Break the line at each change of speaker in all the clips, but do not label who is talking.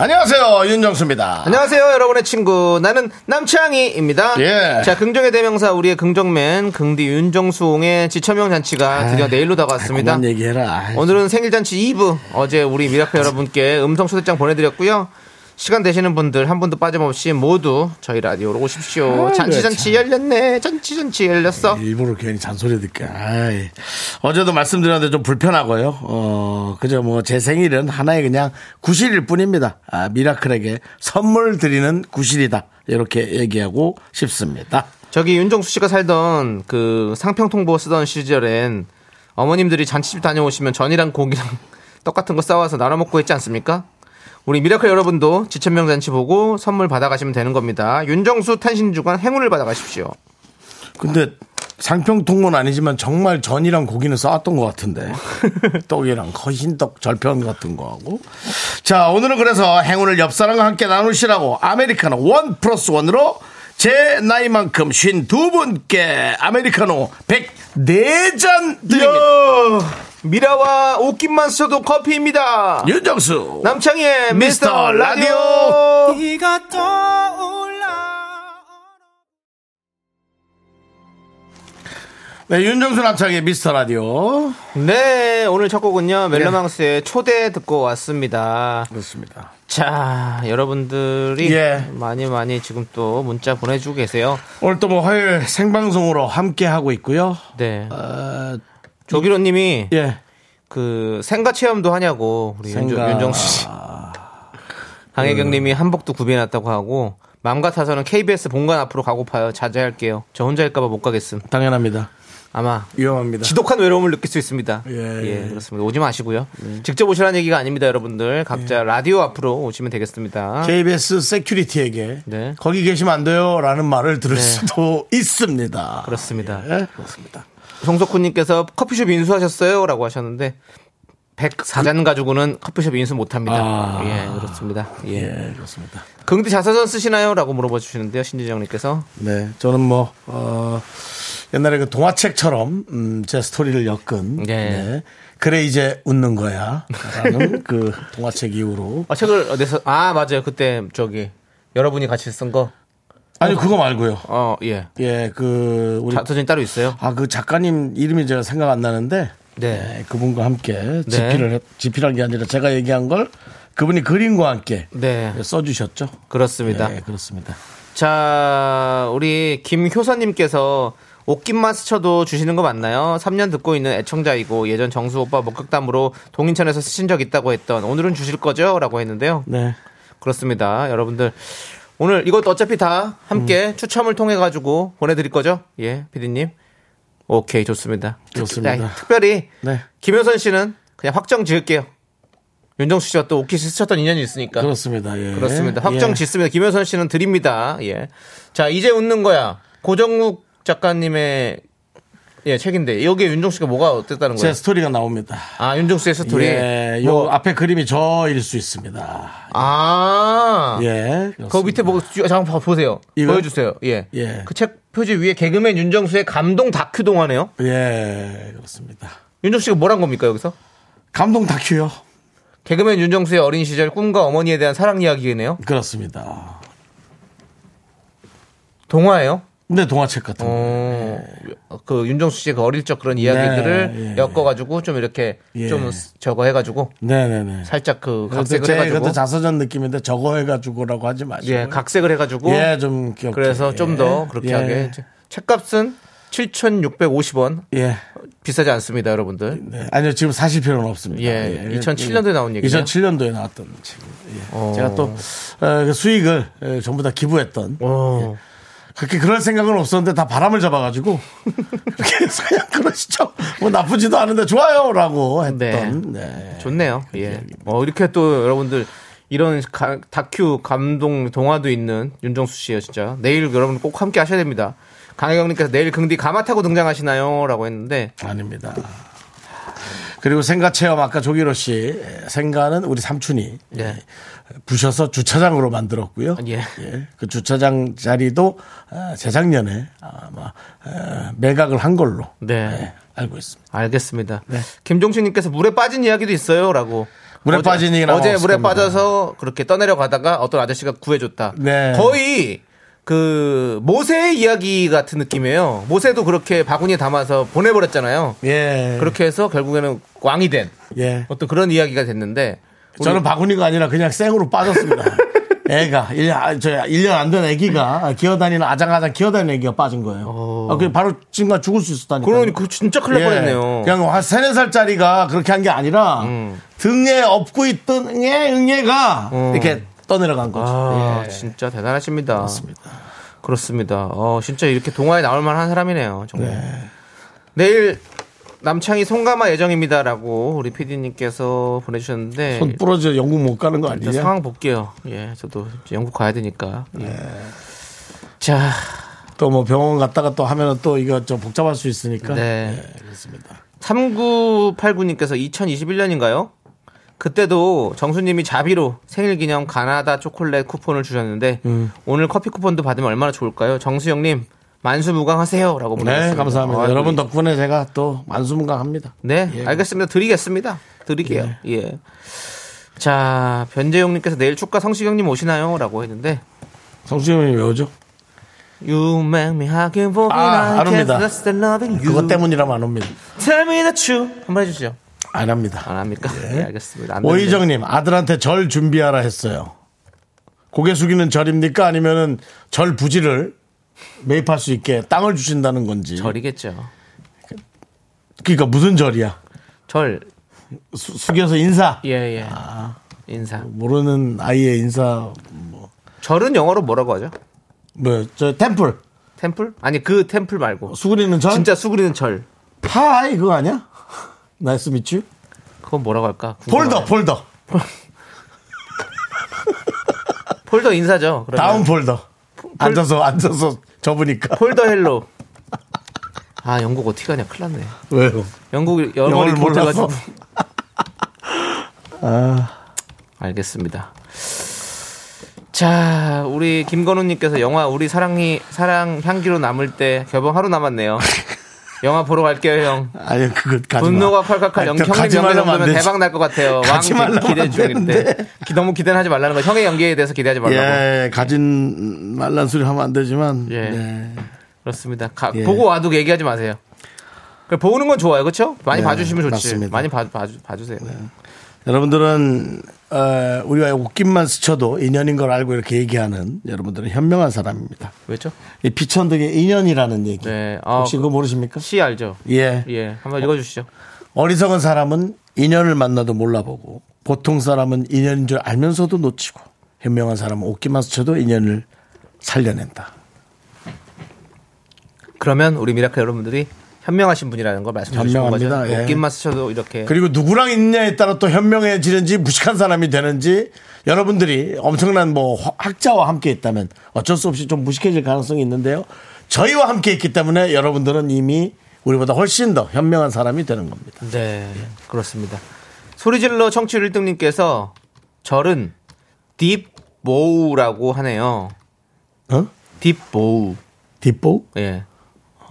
안녕하세요 윤정수입니다.
안녕하세요, 여러분의 친구. 나는 남창희입니다.
예.
자, 긍정의 대명사, 우리의 긍정맨, 긍디 윤정수홍의 지천명 잔치가 드디어 내일로 다가왔습니다.
그만 얘기해라.
오늘은 생일잔치 2부. 어제 우리 미라클 여러분께 음성 초대장 보내드렸고요. 시간 되시는 분들 한 분도 빠짐없이 모두 저희 라디오로 오십시오.
아이고,
잔치잔치 열렸네. 잔치잔치 열렸어.
일부러 괜히 잔소리 듣게. 아이. 어제도 말씀드렸는데 좀 불편하고요. 어, 그저 뭐 제 생일은 하나의 그냥 구실일 뿐입니다. 아, 미라클에게 선물 드리는 구실이다. 이렇게 얘기하고 싶습니다.
저기 윤정수 씨가 살던 그 상평통보 쓰던 시절엔 어머님들이 잔치집 다녀오시면 전이랑 고기랑 떡 같은 거 싸와서 나눠 먹고 했지 않습니까? 우리 미라클 여러분도 지천명 잔치 보고 선물 받아가시면 되는 겁니다. 윤정수 탄신 주간 행운을 받아가십시오.
근데 상평통은 아니지만 정말 전이랑 고기는 싸왔던 것 같은데 떡이랑 거의 흰떡 절편 같은 거하고 자 오늘은 그래서 행운을 옆 사람과 함께 나누시라고 아메리카노 원 플러스 원으로 제 나이만큼 쉰 두 분께 아메리카노 104잔 드립니다
미라와 옷깃만 써도 커피입니다.
윤정수
남창희의
예! 미스터
미스터
라디오.
라디오.
네, 윤정수 남창의 미스터 라디오
네, 오늘 첫 곡은요. 멜로망스의 초대 듣고 왔습니다.
그렇습니다
자, 여러분들이
예.
많이 많이 지금 또 문자 보내주고 계세요.
오늘 또 뭐 화요일 생방송으로 함께 하고 있고요
네.
어,
조기로님이
예
그 생가 체험도 하냐고 우리
생가. 아.
윤정, 윤정수 씨. 강혜경님이 한복도 구비해놨다고 하고 맘 같아서는 KBS 본관 앞으로 가고파요. 자제할게요. 저 혼자일까봐 못 가겠음.
당연합니다
아마
위험합니다
지독한 외로움을 느낄 수 있습니다.
네. 예.
예, 그렇습니다. 오지 마시고요. 직접 오시라는 얘기가 아닙니다, 여러분들. 각자 라디오 앞으로 오시면 되겠습니다.
예. KBS 세큐리티에게
네.
거기 계시면 안 돼요라는 말을 들을 수도 있습니다.
그렇습니다.
예, 그렇습니다.
송석훈님께서 커피숍 인수하셨어요?라고 하셨는데 104잔 가지고는 커피숍 인수 못합니다.
아.
예, 그렇습니다. 예.
예, 그렇습니다.
긍디 자서전 쓰시나요?라고 물어봐 주시는데요, 신지정님께서
네, 저는 뭐 어, 옛날에 그 동화책처럼 음, 제 스토리를 엮은
예.
네, 그래 이제 웃는 거야라는 그 동화책 이후로
아, 책을 어디서 아 맞아요 그때 저기 여러분이 같이 쓴 거.
아니 그거 말고요.
어, 예.
예, 그 우리
자서전이 따로 있어요.
아 그 작가님 이름이 제가 생각 안 나는데
네.
예, 그분과 함께 집필을 했- 집필한 게 아니라 제가 얘기한 걸 그분이 그림과 함께
네,
써주셨죠.
그렇습니다.
예, 그렇습니다.
자, 우리 김효선님께서 옷깃만 스쳐도 주시는 거 맞나요? 3년 듣고 있는 애청자이고 예전 정수 오빠 목격담으로 동인천에서 쓰신 적 있다고 했던 오늘은 주실 거죠? 라고 했는데요.
네.
그렇습니다. 여러분들 오늘 이것 어차피 다 함께
음.
추첨을 통해 가지고 보내드릴 거죠? 예, 피디님. 오케이, 좋습니다. 특-
좋습니다.
야, 특별히
네.
김효선 씨는 그냥 확정 지을게요. 윤정수 씨와 또 오키스 스쳤던 인연이 있으니까.
그렇습니다. 예.
그렇습니다. 확정
예.
짓습니다. 김효선 씨는 드립니다. 예. 자, 이제 웃는 거야. 고정욱 작가님의 예, 책인데 여기에 윤종 씨가 뭐가 어땠다는
제
거예요?
스토리가 나옵니다.
아, 윤종 씨의 스토리.
예, 요
뭐,
앞에 그림이 저일 수 있습니다.
아.
예.
그 밑에 뭐 잠깐 봐 보세요.
이거요?
보여 주세요. 예.
예.
그 책 표지 위에 개그맨 윤정수의 감동 다큐 동화네요.
예, 그렇습니다.
윤정 씨가 뭐란 겁니까, 여기서?
감동 다큐요.
개그맨 윤정수의 어린 시절 꿈과 어머니에 대한 사랑 이야기네요.
그렇습니다.
동화예요.
근데 동화책 같은 거.
어, 그 윤정수 씨의 그 어릴 적 그런 이야기들을
네, 예.
엮어가지고 좀 이렇게
예.
좀 저거 해가지고
네네네.
살짝 그
그것도
각색을
제
해가지고
그것도 자서전 느낌인데 저거 해가지고라고 하지 마시고.
예 각색을 해가지고
예, 좀 기억해.
그래서 좀 더 그렇게
예.
하게 책값은 7,650원
예.
비싸지 않습니다 여러분들
네. 아니요, 지금 사실 필요는 없습니다.
예, 2007년도에 나온 얘기네요.
2007년도에 나왔던 책입니다. 예.
어.
제가 또 어, 그 수익을 예, 전부 다 기부했던
오.
그렇게 그럴 생각은 없었는데 다 바람을 잡아가지고 그렇게 해서 그냥 그러시죠. 뭐 나쁘지도 않은데 좋아요라고 했던.
네.
네.
좋네요 예. 어, 이렇게 예. 뭐 또 여러분들 이런 가- 다큐 감동 동화도 있는 윤정수 씨예요 진짜 내일 여러분 꼭 함께 하셔야 됩니다 강혜경님께서 내일 긍디 가마 타고 등장하시나요라고 했는데
아닙니다. 그리고 생가 체험 아까 조기로 씨 예, 생가는 우리 삼촌이
예.
부셔서 주차장으로 만들었고요.
예.
그 주차장 자리도 아, 재작년에 아마 아, 매각을 한 걸로
네.
예, 알고 있습니다.
알겠습니다. 김종신님께서 물에 빠진 이야기도 있어요라고.
네. 물에
어제-
빠진 얘기는 아마
어제
없을
물에
겁니다.
빠져서 그렇게 떠내려 가다가 어떤 아저씨가 구해줬다.
네.
거의 그 모세의 이야기 같은 느낌이에요. 모세도 그렇게 바구니에 담아서 보내버렸잖아요.
예.
그렇게 해서 결국에는 왕이 된
예.
어떤 그런 이야기가 됐는데 우리-
저는 바구니가 아니라 그냥 생으로 빠졌습니다. 애가 1년, 아, 저 1년 안 된 애기가 기어다니는 아장아장 기어다니는 애기가 빠진 거예요. 아, 그 바로 지금 죽을 수 있었다니까.
그러니 그 진짜 큰일
예.
날 뻔했네요. 음.
그냥 한 세네 살짜리가 그렇게 한 게 아니라 등에 업고 있던 응애 응애가 이렇게 떠내려간 거죠.
어. 아,
예.
진짜 대단하십니다.
맞습니다.
그렇습니다. 어, 진짜 이렇게 동화에 나올 만한 사람이네요. 정말. 내일 남창희 송가마 예정입니다라고 우리 PD님께서 보내주셨는데
손 부러져 영국 못 가는 거
일단
아니냐?
상황 볼게요. 예, 저도 이제 영국 가야 되니까. 예.
네.
자,
또 뭐 병원 갔다가 또 하면은 또 이거 좀 복잡할 수 있으니까.
네.
예, 그렇습니다.
3989님께서 2021년인가요? 그때도 정수님이 자비로 생일기념 가나다 초콜릿 쿠폰을 주셨는데
음.
오늘 커피 쿠폰도 받으면 얼마나 좋을까요? 정수영님 만수무강하세요라고 보내주셨습니다.
네, 감사합니다.
아이고,
여러분 덕분에 예. 제가 또 만수문강합니다.
네, 알겠습니다. 드리겠습니다. 드릴게요.
네.
예. 자, 변재용님께서 내일 축가 성시경님 오시나요? 라고 했는데,
성수님이 왜 오죠?
You make me hug and walk
아,
and I
안 옵니다.
can't stop loving you.
그것 때문이라면 안 옵니다.
Tell me the truth. 한번 해주시죠.
안 합니다.
안 합니까? 네, 알겠습니다. 안 됩니다.
예. 오희정님 아들한테 절 준비하라 했어요. 고개 숙이는 절입니까 아니면은 절 부지를 매입할 수 있게 땅을 주신다는 건지.
절이겠죠.
그러니까 무슨 절이야?
절.
수- 숙여서 인사.
예, 예.
아.
인사.
모르는 아이의 인사
절은 영어로 뭐라고 하죠?
뭐저 템플
템플? 아니, 그 템플 말고.
수그리는 절.
진짜 수그리는 절.
하이 그거 아니야? 나이스 미츠.
그건 뭐라고 할까? 궁금하네.
폴더 폴더
폴더 인사죠. 그러면.
다운 네. 폴더. 앉아서 앉아서 접으니까
폴더 헬로. 아, 영국 어떻게 가냐. 큰일 났네.
왜요?
영국 영어를
영어를
몰라서
몰라서. 아.
알겠습니다. 자, 우리 김건우님께서 영화 우리 사랑이 사랑 향기로 남을 때 겨우 하루 남았네요. 영화 보러 갈게요, 형.
아니 그거 가지 마.
분노가 콸콸콸
아니,
영- 형님
가지
연기
말라면 안
정도면
되지.
대박 날 것 같아요.
가지
왕
말라면
기대
안
중일 때
되는데.
기- 너무 기대는 하지 말라는 거. 형의 연기에 대해서 기대하지 말라고.
예, 가진 말란 소리 하면 안 되지만
예.
네.
그렇습니다. 가-
예.
보고 와도 얘기하지 마세요. 그 보는 건 좋아요, 그렇죠? 많이
네,
봐주시면 좋지.
맞습니다. 네.
많이 봐, 봐주, 봐주세요.
여러분들은 어, 우리와 웃김만 스쳐도 인연인 걸 알고 이렇게 얘기하는 여러분들은 현명한 사람입니다.
왜죠?
이 피천덕의 인연이라는 얘기
네, 아,
혹시 그거 모르십니까?
시 알죠?
예.
예, 한번 읽어주시죠.
어리석은 사람은 인연을 만나도 몰라보고 보통 사람은 인연인 줄 알면서도 놓치고 현명한 사람은 웃기만 스쳐도 인연을 살려낸다.
그러면 우리 미라클 여러분들이 현명하신 분이라는 걸 말씀해 주신 거죠.
현명합니다. 예.
웃긴맛 스쳐도 이렇게
그리고 누구랑 있냐에 따라 또 현명해지는지 무식한 사람이 되는지 여러분들이 엄청난 뭐 화- 학자와 함께 있다면 어쩔 수 없이 좀 무식해질 가능성이 있는데요. 저희와 함께 있기 때문에 여러분들은 이미 우리보다 훨씬 더 현명한 사람이 되는 겁니다.
네 그렇습니다. 소리질러 청취율 1등님께서 절은 딥보우라고 하네요.
어?
딥보우
뒷보?
예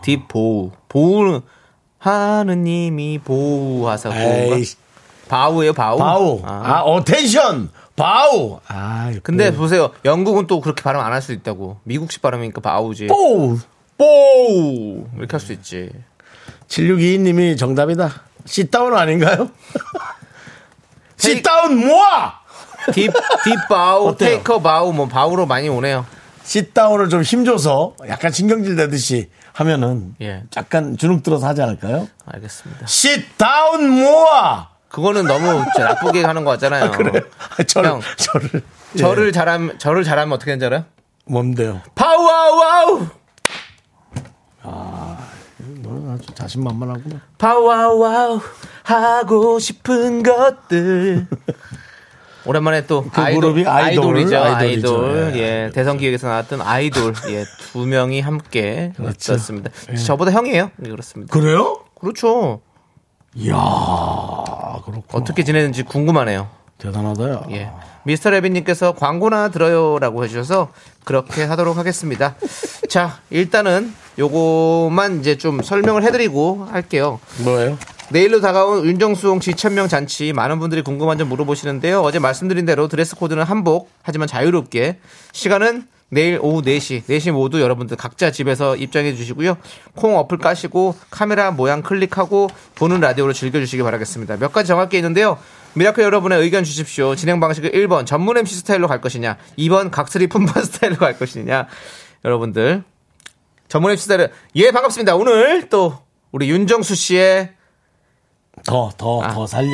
딥보우 보우는 하느님이 보우하사
에이,
바우예요 바우
바우.
아.
아, 어텐션! 바우! 아,
근데 보세요 영국은 또 그렇게 발음 안 할 수 있다고 미국식 발음이니까 바우지
뽀우!
보우 이렇게 할 수 있지
7622님이 정답이다. 씨다운 아닌가요?
테이-
씨다운 모아!
딥, 딥 바우,
어때요?
테이커 바우, 뭐, 바우로 많이 오네요.
씻다운을 좀 힘줘서 약간 신경질 내듯이 하면은
예.
약간 주눅 들어서 하지 않을까요?
알겠습니다.
씻다운 모아!
그거는 너무 진짜 나쁘게 하는 거 같잖아요.
그래. 저를,
형.
저를. 예.
저를 잘하면, 저를 잘하면 어떻게 되는지 알아요?
뭔데요?
파우와우와우!
너는 아주 자신만만하구나.
파우와우와우! 하고 싶은 것들. 오랜만에 또
그 그룹이 아이돌,
이죠
아이돌이죠.
아이돌
예.
예 대선 기획에서 나왔던 아이돌 예 두 명이 함께
그렇죠.
있었습니다 저보다 형이에요 예, 그렇습니다
그래요?
그렇죠
이야, 그렇구나.
어떻게 지내는지 궁금하네요
대단하다요.
예. 미스터 레빈님께서 광고나 들어요라고 해주셔서 그렇게 하도록 하겠습니다. 자, 일단은 요거만 이제 좀 설명을 해드리고 할게요.
뭐예요?
내일로 다가온 윤정수홍 씨 천명 잔치 많은 분들이 궁금한 점 물어보시는데요. 어제 말씀드린 대로 드레스 코드는 한복 하지만 자유롭게 시간은 내일 오후 4시 4시 모두 여러분들 각자 집에서 입장해 주시고요. 콩 어플 까시고 카메라 모양 클릭하고 보는 라디오로 즐겨주시기 바라겠습니다. 몇 가지 정할 게 있는데요. 미라클 여러분의 의견 주십시오. 진행 방식을 1번 전문 MC 스타일로 갈 것이냐 2번 각설이 품바 스타일로 갈 것이냐 여러분들 전문 MC 스타일 예 반갑습니다. 오늘 또 우리 윤정수 씨의
더, 더,
아.
더 살려.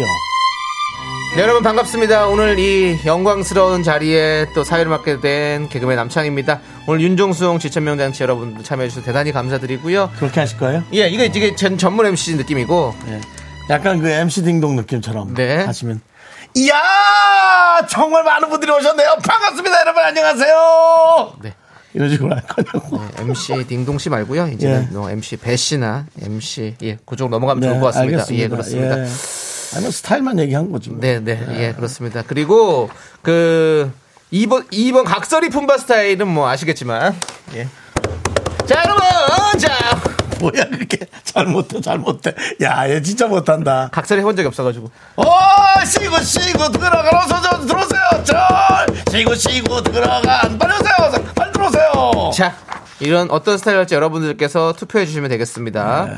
네, 여러분 반갑습니다. 오늘 이 영광스러운 자리에 또 사회를 맡게 된 개그맨 남창입니다. 오늘 윤종수홍 지천명 장치 여러분들 참여해주셔서 대단히 감사드리고요.
그렇게 하실 거예요?
예, 이게 이게 전 전문 MC 느낌이고
예. 약간 그 MC 딩동 느낌처럼
네.
하시면. 이야! 정말 많은 분들이 오셨네요. 반갑습니다, 여러분. 안녕하세요.
네.
이런 식으로 할 거냐고.
MC 딩동 씨 말고요. 이제는
예.
뭐 MC 배 씨나 MC 예, 그쪽 넘어가면
네,
좋을 것 같습니다.
알겠습니다.
예, 그렇습니다.
예. 아니, 뭐 스타일만 얘기한 거지. 뭐.
네, 네, 예, 그렇습니다. 그리고 그 2번 2번 각설이 품바 스타일은 뭐 아시겠지만 예. 자, 여러분, 자
뭐야, 그게. 잘못해, 잘못해. 야, 얘 진짜 못한다.
각설이 해본 적이 없어가지고.
오, 쉬고, 쉬고, 들어가서 좀 들어오세요. 절! 쉬고, 쉬고, 들어간. 빨리 오세요. 빨리 들어오세요.
자, 이런 어떤 스타일일지 여러분들께서 투표해 주시면 되겠습니다.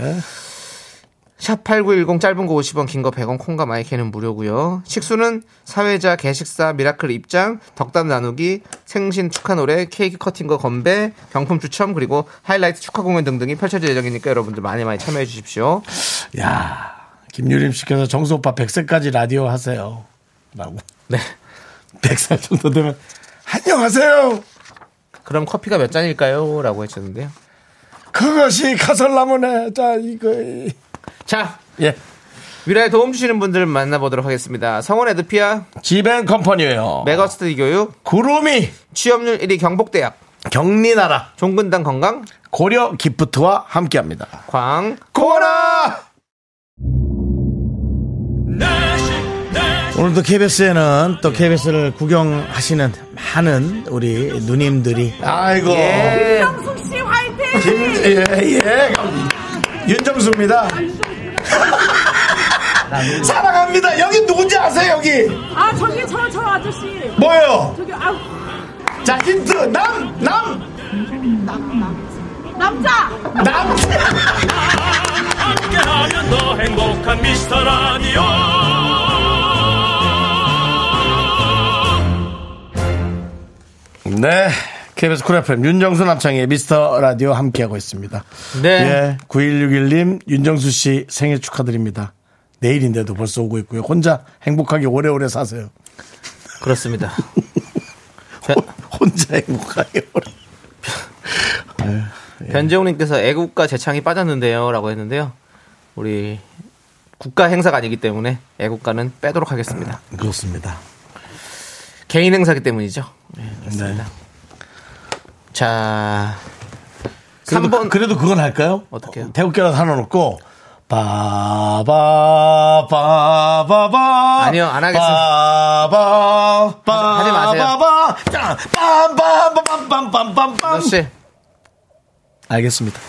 샵 8910 짧은 거 50원, 긴 거 100원, 콩과 마이크는 무료고요. 식수는 사회자, 개식사, 미라클 입장, 덕담 나누기, 생신 축하 노래, 케이크 커팅과 건배, 경품 추첨, 그리고 하이라이트 축하 공연 등등이 펼쳐질 예정이니까 여러분들 많이 많이 참여해 주십시오.
야, 김유림 씨께서 정수 오빠 100세까지 라디오 하세요. 라고.
네.
100살 정도 되면, 안녕하세요.
그럼 커피가 몇 잔일까요? 라고 해주셨는데요.
그것이 가설나무네. 자, 이거.
자,
예.
미라에 도움 주시는 분들 만나보도록 하겠습니다. 성원 에드피아,
지벤 컴퍼니예요
메가스터디 교육,
구름이
취업률 1위 경복대학,
경리나라
종근당 건강,
고려 기프트와 함께합니다.
광.
고라!
내식 내식
오늘도 KBS에는 또 KBS를 구경하시는 많은 우리 누님들이 아이고
예.
김예예 윤정수입니다. 사랑합니다. 여기 누군지 아세요 여기
아 저기 저 저 아저씨
뭐예요?
저기 아
자 힌트 남남
남자
남.
함께하면 더 행복한 미스터 라디오
네. KBS 쿨 FM 윤정수 남창의 미스터 라디오 함께하고 있습니다.
네.
예, 9161님 윤정수 씨 생일 축하드립니다. 내일인데도 벌써 오고 있고요. 혼자 행복하게 오래오래 사세요.
그렇습니다.
어, 혼자 행복하게 오래. 예.
변재웅님께서 애국가 재창이 빠졌는데요라고 했는데요. 우리 국가 행사가 아니기 때문에 애국가는 빼도록 하겠습니다.
그렇습니다.
개인 행사기 때문이죠. 예,
네.
자,
그래도,
3번
그래도 그건 할까요?
어떡해요?
태국계라도 하나 놓고 바바 바바바
아니요, 안 하겠습니다.
바바 바바
하지 마세요.
바바 빰빰빰빰빰빰빰빰
혹시
알겠습니다.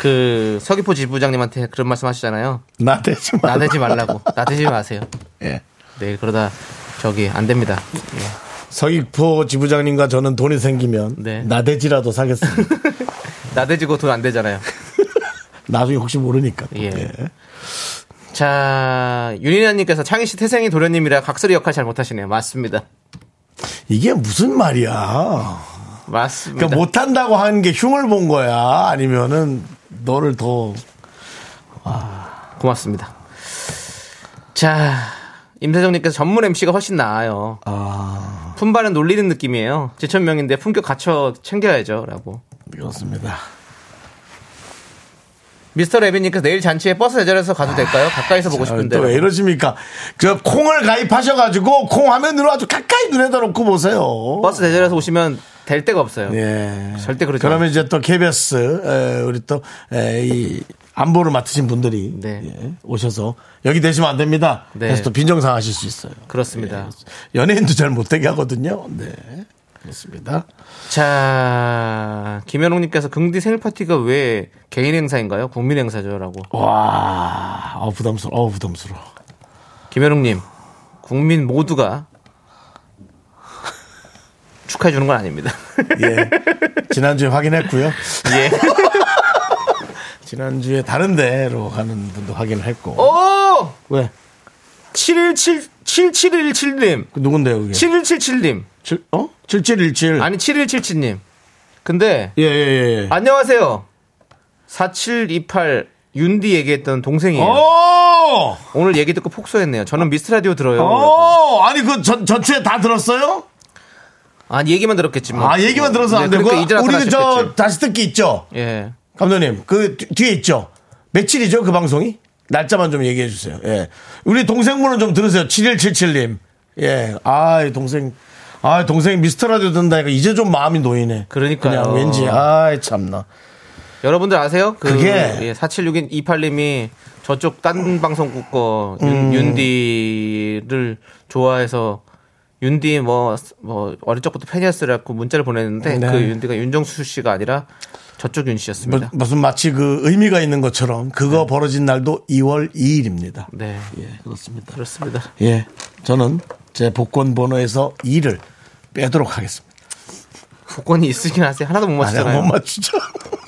그 서귀포 지부장님한테 그런 말씀하시잖아요.
나대지 말
나대지 말라고, 나대지 마세요.
예.
내일 그러다 저기 안 됩니다.
서귀포 지부장님과 저는 돈이 생기면
네.
나대지라도 사겠습니다.
나대지고 돈 안 되잖아요.
나중에 혹시 모르니까.
예. 자, 윤희나님께서 창희 씨 태생이 도련님이라 각설이 역할 잘 못하시네요. 맞습니다.
이게 무슨 말이야?
맞습니다.
그러니까 못한다고 하는 게 흉을 본 거야? 아니면은 너를 더
고맙습니다. 자, 임세정님께서 전문 MC가 훨씬 나아요. 품바는 놀리는 느낌이에요. 제천명인데
아,
품격 갖춰 챙겨야죠. 라고.
그렇습니다.
미스터 레비니까 내일 잔치에 버스 대절해서 가도 될까요? 가까이서 보고 싶은데.
아, 또 왜 이러십니까? 저 콩을 가입하셔가지고 콩 화면으로 아주 가까이 눈에다 놓고 보세요.
버스 대절해서 오시면 될 데가 없어요.
예.
절대 그러지
그러면 이제 또 KBS 에, 우리 또이 안보를 맡으신 분들이
네.
예, 오셔서 여기 되시면 안 됩니다.
네.
그래서 또 빈정상하실 수 있어요.
그렇습니다.
연예인도 잘 못되게 하거든요. 네. 그렇습니다.
자, 김현웅님께서 긍디 생일 파티가 왜 개인 행사인가요? 국민 행사죠라고.
와, 어, 부담스러워. 어, 부담스러워.
김현웅님, 국민 모두가 축하해 주는 건 아닙니다.
예. 지난주에 확인했고요.
예.
지난주에 다른 데로 가는 분도 확인을
어?
했고.
오!
왜?
717, 7717님.
그 누군데요, 그게?
7177님.
칠- 어? 7717.
아니, 7177님. 근데,
예, 예, 예. 예.
안녕하세요. 4728 윤디 얘기했던 동생이에요.
어! 오!
오늘 얘기 듣고 폭소했네요. 저는 미스라디오 들어요.
오! 아니, 그 전, 전체 다 들었어요?
아, 얘기만 들었겠지 뭐.
아, 얘기만 들어서 안
네,
되고.
그러니까 이제
우리 저
나타나셨겠지.
다시 듣기 있죠?
예.
감독님, 그 뒤- 뒤에 있죠? 며칠이죠, 그 방송이? 날짜만 좀 얘기해 주세요. 예. 우리 동생분은 좀 들으세요. 7177님. 예. 아, 이 동생. 아, 동생이 미스터라디오 듣는다니까 이제 좀 마음이 놓이네.
그러니까요.
그냥 왠지. 아, 참나.
여러분들 아세요? 그,
그게-
예, 476128님이 저쪽 딴 방송국 거
음.
윤, 윤디를 좋아해서 윤디 뭐, 뭐, 어릴 적부터 팬이었으라고 문자를 보냈는데
네.
그 윤디가 윤정수 씨가 아니라 저쪽 윤
뭐, 무,
씨였습니다.
무슨 마치 그 의미가 있는 것처럼 그거 벌어진 날도 2월 2일입니다.
네.
예, 그렇습니다.
그렇습니다.
예, 저는 제 복권 번호에서 2를 빼도록 하겠습니다.
복권이 있으긴 하세요. 하나도 못
아, 내가
맞추잖아요.
못 맞추죠.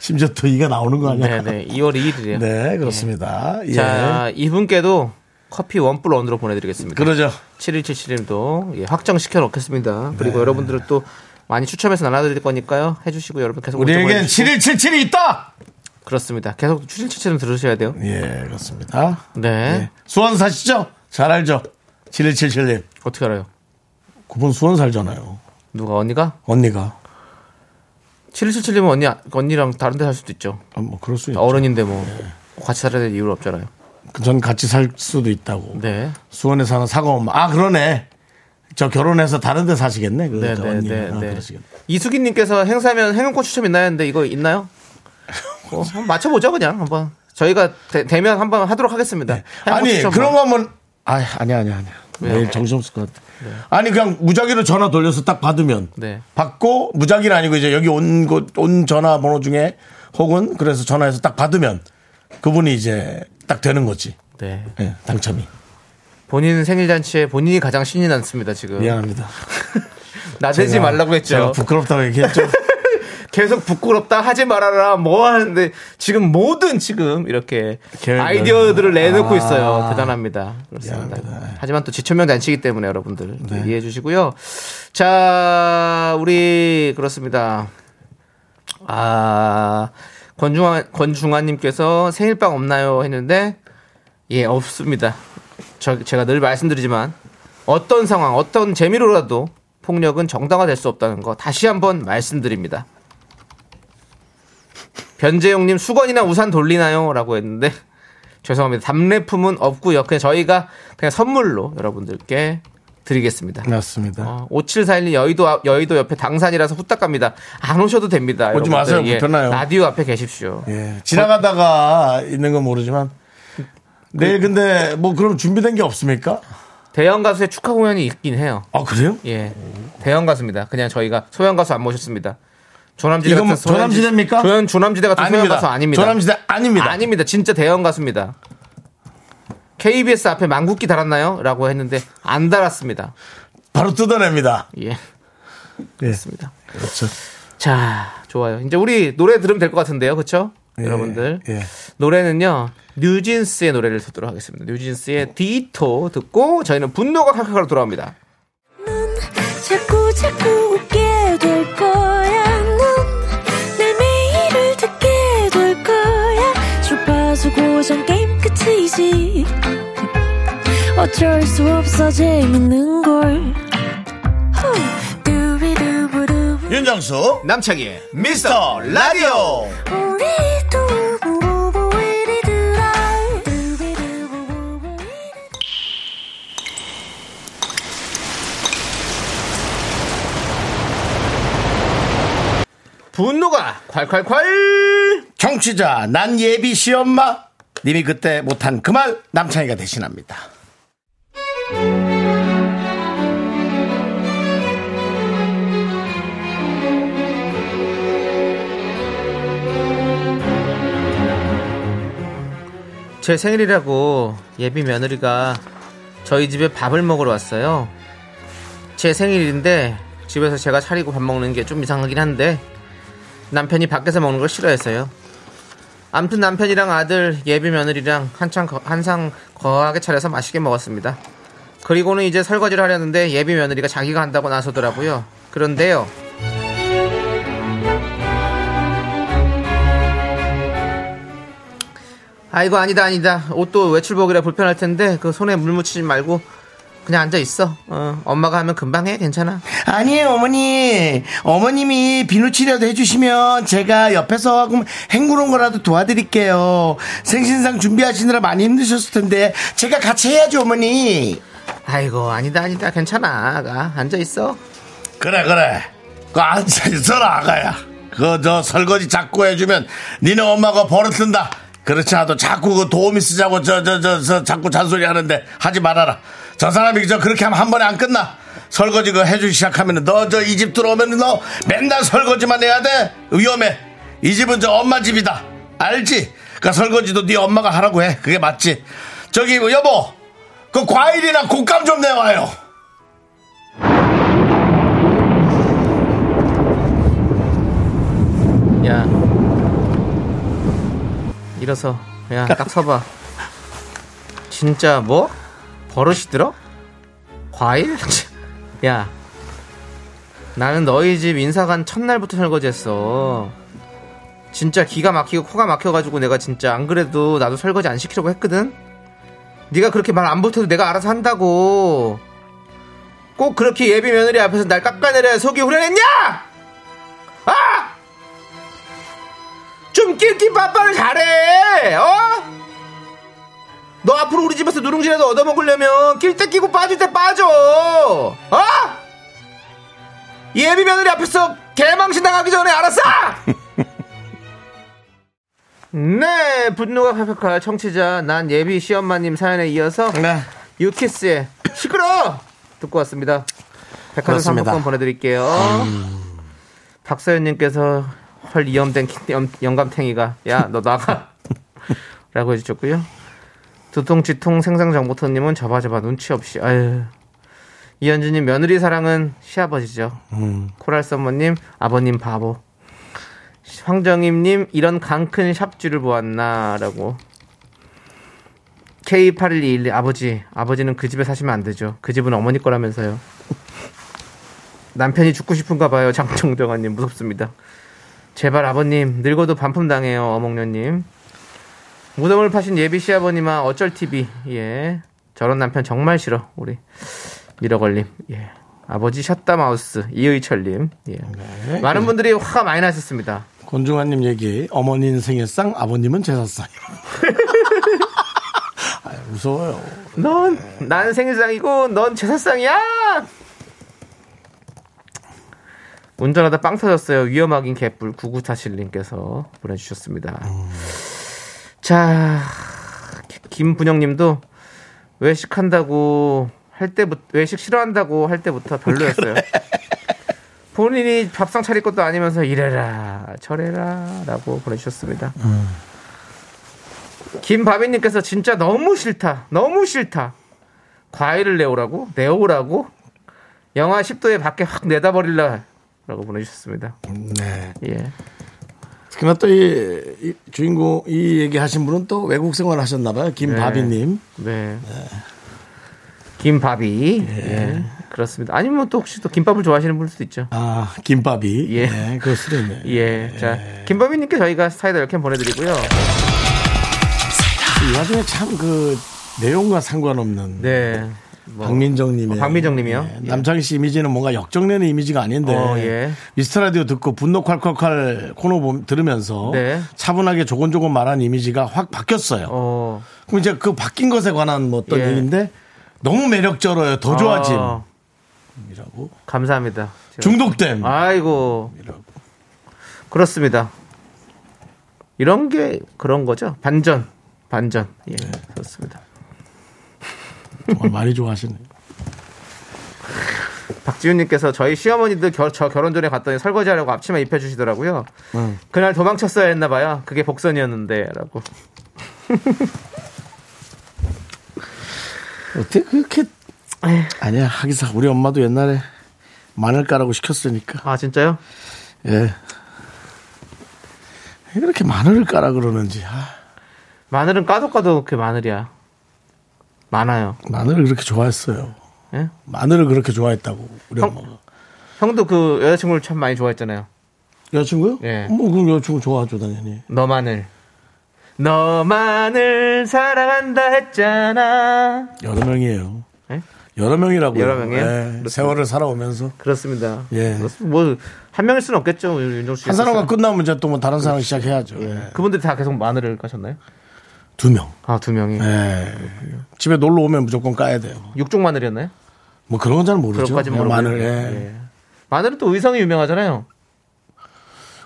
심지어 또 이가 나오는 거 아니야?
네네. 2월 2일이에요.
네, 그렇습니다. 예.
자, 이분께도 커피 원뿔 원으로 보내드리겠습니다.
그러죠.
7177님도 예, 확정시켜 놓겠습니다. 그리고
네.
여러분들은 또 많이 추첨해서 나눠드릴 거니까요. 해주시고 여러분 계속 문자
우리에겐
보내주시고.
7177이 있다!
그렇습니다. 계속 7177은 들으셔야 돼요.
예, 그렇습니다.
네.
예. 수원 사시죠? 잘 알죠? 7177님.
어떻게 알아요?
그분 수원 살잖아요.
누가 언니가?
언니가.
7177님은 언니, 언니랑 다른 데 살 수도 있죠.
아, 뭐, 그럴 수 있죠. 네.
어른인데 뭐 같이 살아야 될 이유는 없잖아요.
전 같이 살 수도 있다고.
네.
수원에 사는 사과 엄마. 아, 그러네. 저 결혼해서 다른 데 사시겠네. 그
네,
저
네,
언니.
네,
아,
네.
그러시겠네.
이수기님께서 행사면 행운꽃 추첨 있나요? 했는데 이거 있나요? 어, 한번 맞춰보죠 그냥 한번. 저희가 대, 면 한번 하도록 하겠습니다. 행운꽃
네. 아니
추첨
그런
뭐.
거 하면 아 아니야 아니야 아니야
왜요?
내일 정신없을 것 같아 네. 아니 그냥 무작위로 전화 돌려서 딱 받으면
네.
받고 무작위는 아니고 이제 여기 온 곳 온 전화번호 중에 혹은 그래서 전화해서 딱 받으면 그분이 이제 딱 되는 거지
네.
예, 당첨이
본인 생일 잔치에 본인이 가장 신이 났습니다 지금.
미안합니다
나대지
제가-
말라고
예. 제가
했죠.
부끄럽다고 얘기했죠
계속 부끄럽다 하지 말아라 뭐 하는데 지금 모든 지금 이렇게
계획을-
아이디어들을 내놓고 있어요. 대단합니다. 그렇습니다.
미안합니다. 예. 네.
하지만 또 지천명 잔치기 때문에 여러분들 이해해 주시고요. 자, 우리 그렇습니다. 아, 권중환 권중환 님께서 생일빵 없나요 했는데 예, 없습니다. 저, 제가 늘 말씀드리지만 어떤 상황, 어떤 재미로라도 폭력은 정당화될 수 없다는 거 다시 한번 말씀드립니다. 변재용님 수건이나 우산 돌리나요?라고 했는데 죄송합니다. 답례품은 없고요. 그냥 저희가 그냥 선물로 여러분들께 드리겠습니다.
맞습니다
어, 5741님 여의도 앞- 여의도 옆에 당산이라서 후딱 갑니다. 안 오셔도 됩니다.
오지
여러분들.
마세요.
예,
불편해요.
라디오 앞에 계십시오.
예 지나가다가 있는 건 모르지만 내일 근데 뭐 그럼 준비된 게 없습니까
대형 가수의 축하 공연이 있긴 해요.
아 그래요
예. 대형 가수입니다. 그냥 저희가 소형 가수 안 모셨습니다. 조남지대 같은
이건 뭐
소형지-
조남지대입니까?
조연 조남지대 같은 소형 가수 아닙니다.
조남지대 아닙니다
아닙니다. 진짜 대형 가수입니다. KBS 앞에 망국기 달았나요? 라고 했는데 안 달았습니다.
바로 뜯어냅니다
예.
예.
그렇습니다.
그렇죠.
자, 좋아요. 이제 우리 노래 들으면 될 것 같은데요. 그렇죠? 여러분들.
예.
노래는요. 뉴진스의 노래를 듣도록 하겠습니다. 뉴진스의 디토 듣고 저희는 분노가 칼칼칼로 돌아옵니다.
자꾸 자꾸 웃게 될 거야. 넌내 매일을 듣게 될 거야. 주파수 고정 게임 끝이지. 어쩔 수 없어 재밌는 걸. 후. 두비두부두.
윤정수
남창희의
미스터 라디오
우리 두
분노가 콸콸콸!
정취자 난 예비 시엄마 님이 그때 못한 그 말 남창희가 대신합니다.
제 생일이라고 예비 며느리가 저희 집에 밥을 먹으러 왔어요. 제 생일인데 집에서 제가 차리고 밥 먹는 게 좀 이상하긴 한데 남편이 밖에서 먹는 걸 싫어해서요. 암튼 남편이랑 아들 예비 며느리랑 한창 거, 한상 거하게 차려서 맛있게 먹었습니다. 그리고는 이제 설거지를 하려는데 예비 며느리가 자기가 한다고 나서더라고요. 그런데요. 아이고 아니다 아니다 옷도 외출복이라 불편할 텐데 그 손에 물 묻히지 말고 그냥 앉아 있어 어, 엄마가 하면 금방 해 괜찮아
아니에요, 어머니. 어머님이 비누칠이라도 해주시면 제가 옆에서 하고 헹구는 거라도 도와드릴게요. 생신상 준비하시느라 많이 힘드셨을 텐데 제가 같이 해야죠, 어머니.
아이고 아니다 아니다 괜찮아 가 앉아 있어
그래, 그래. 그 앉아있어라, 아가야. 그, 저, 설거지 자꾸 해주면 니네 엄마가 버릇 든다. 그렇지 않아도 자꾸 그 도움이 쓰자고 저, 저, 저, 저 자꾸 잔소리 하는데 하지 말아라. 저 사람이 저 그렇게 하면 한 번에 안 끝나. 설거지 그 해주기 시작하면 너 저 이 집 들어오면 너 맨날 설거지만 해야 돼. 위험해. 이 집은 저 엄마 집이다. 알지? 그니까 설거지도 네 엄마가 하라고 해. 그게 맞지. 저기, 여보. 그 과일이나 곶감 좀 내와요.
야 일어서 야 딱 서봐 진짜 뭐 버릇이 들어 과일 야 나는 너희 집 인사간 첫날부터 설거지했어 진짜 기가 막히고 코가 막혀가지고 내가 진짜 안 그래도 나도 설거지 안 시키려고 했거든 네가 그렇게 말 안 붙어도 내가 알아서 한다고 꼭 그렇게 예비 며느리 앞에서 날 깎아내려 속이 후련했냐 아! 좀 낄낄 빠빠를 잘해 어? 너 앞으로 우리 집에서 누룽지라도 얻어먹으려면 낄 때 끼고 빠질 때 빠져 어? 예비 며느리 앞에서 개망신 당하기 전에 알았어 네 분노가 팍팍할 청취자 난 예비 시엄마님 사연에 이어서
네.
유키스의 시끄러 듣고 왔습니다 백화점
그렇습니다. 음.
상품권 보내드릴게요 박서연님께서 헐 이염된 키- 염, 영감탱이가 야 너 나가 라고 해주셨고요 두통 지통 생상정보터님은 저봐저봐 눈치 없이 아유 이현주님 며느리 사랑은 시아버지죠 코랄썸머님 아버님 바보 황정임님 이런 강큰 샵쥐를 보았나라고 K8121 아버지 아버지는 그 집에 사시면 안 되죠 그 집은 어머니 거라면서요 남편이 죽고 싶은가 봐요 장정정아님 무섭습니다 제발 아버님 늙어도 반품 당해요 어몽녀님 무덤을 파신 예비 시아버님아 어쩔 TV 예 저런 남편 정말 싫어 우리 미러걸님 예 아버지 샷다 마우스 이의철님 예 많은 분들이 화가 많이 나셨습니다
권중환님 얘기 어머니는 생일상 아버님은 제사상 아, 무서워요
넌 나는 생일상이고 넌 제사상이야. 운전하다 빵 터졌어요. 위험하긴 개뿔 9947님께서 보내주셨습니다. 자 기- 김분영님도 외식한다고 할 때부터 외식 싫어한다고 할 때부터 별로였어요. 본인이 밥상 차릴 것도 아니면서 이래라 저래라라고 보내주셨습니다. 김바비님께서 진짜 너무 싫다. 너무 싫다. 과일을 내오라고? 내오라고? 영하 10도에 밖에 확 내다버릴라. 라고 보내주셨습니다.
네
예.
특히나 또 이 주인공 이 얘기 하신 분은 또 외국 생활 하셨나 봐요 김바비님
네. 김밥이. 예. 그렇습니다. 아니면 또 혹시 또 김밥을 좋아하시는 분일 수도 있죠.
아 김밥이
예.
네, 그럴 수도 있네요
예. 자, 김밥이님께 저희가 사이다 이렇게 보내드리고요.
이 와중에 참 그 내용과 상관없는
네. 뭐,
박민정님의
어, 박민정님이요?
예, 남창희 씨 이미지는 뭔가 역정내는 이미지가 아닌데
어, 예.
미스터 라디오 듣고 분노 콸콸콸 코너 보- 들으면서
네.
차분하게 조곤조곤 말한 이미지가 확 바뀌었어요
어,
그럼 이제 그 바뀐 것에 관한 뭐 어떤
예.
얘기인데 너무 매력쩔어요. 더 좋아짐.
어,
이라고.
예. 감사합니다. 제가-
중독됨.
아이고. 그렇습니다. 이런 게 그런 거죠. 반전, 반전. 예, 그렇습니다.
정말 많이 좋아하시네.
박지훈님께서 저희 시어머니들 결, 저 결혼 전에 갔더니 설거지하려고 앞치마 입혀주시더라고요. 그날 도망쳤어야 했나봐요. 그게 복선이었는데라고.
어떻게 그렇게 아니야 하기사 우리 엄마도 옛날에 마늘 까라고 시켰으니까
아 진짜요?
예. 왜 그렇게 마늘을 까라 그러는지 아,
마늘은 까도 까도 그 마늘이야. 많아요.
마늘을 그렇게 좋아했어요.
예?
마늘을 그렇게 좋아했다고 우리
형-
엄마가
형도 그 여자친구를 참 많이 좋아했잖아요.
여자친구요?
예.
뭐 그럼 여자친구 좋아하죠 당연히.
너만을. 너만을 사랑한다 했잖아.
여러 명이에요.
예?
여러 명이라고.
여러 명이에요? 그렇습니다.
세월을 살아오면서
그렇습니다.
예.
뭐한 명일 수는 없겠죠, 우리 윤정수 씨.
한 사람과 끝나면 이제 또 뭐 다른 사람 시작해야죠. 예.
그분들이 다 계속 마늘을 까셨나요?
두 명.
아 두 명이.
예. 집에 놀러 오면 무조건 까야 돼요.
육종 마늘이었나요?
뭐 그런 건 잘 모르죠.
그것까지
그냥
모르고.
마늘. 예.
예. 마늘은 또 의성이 유명하잖아요.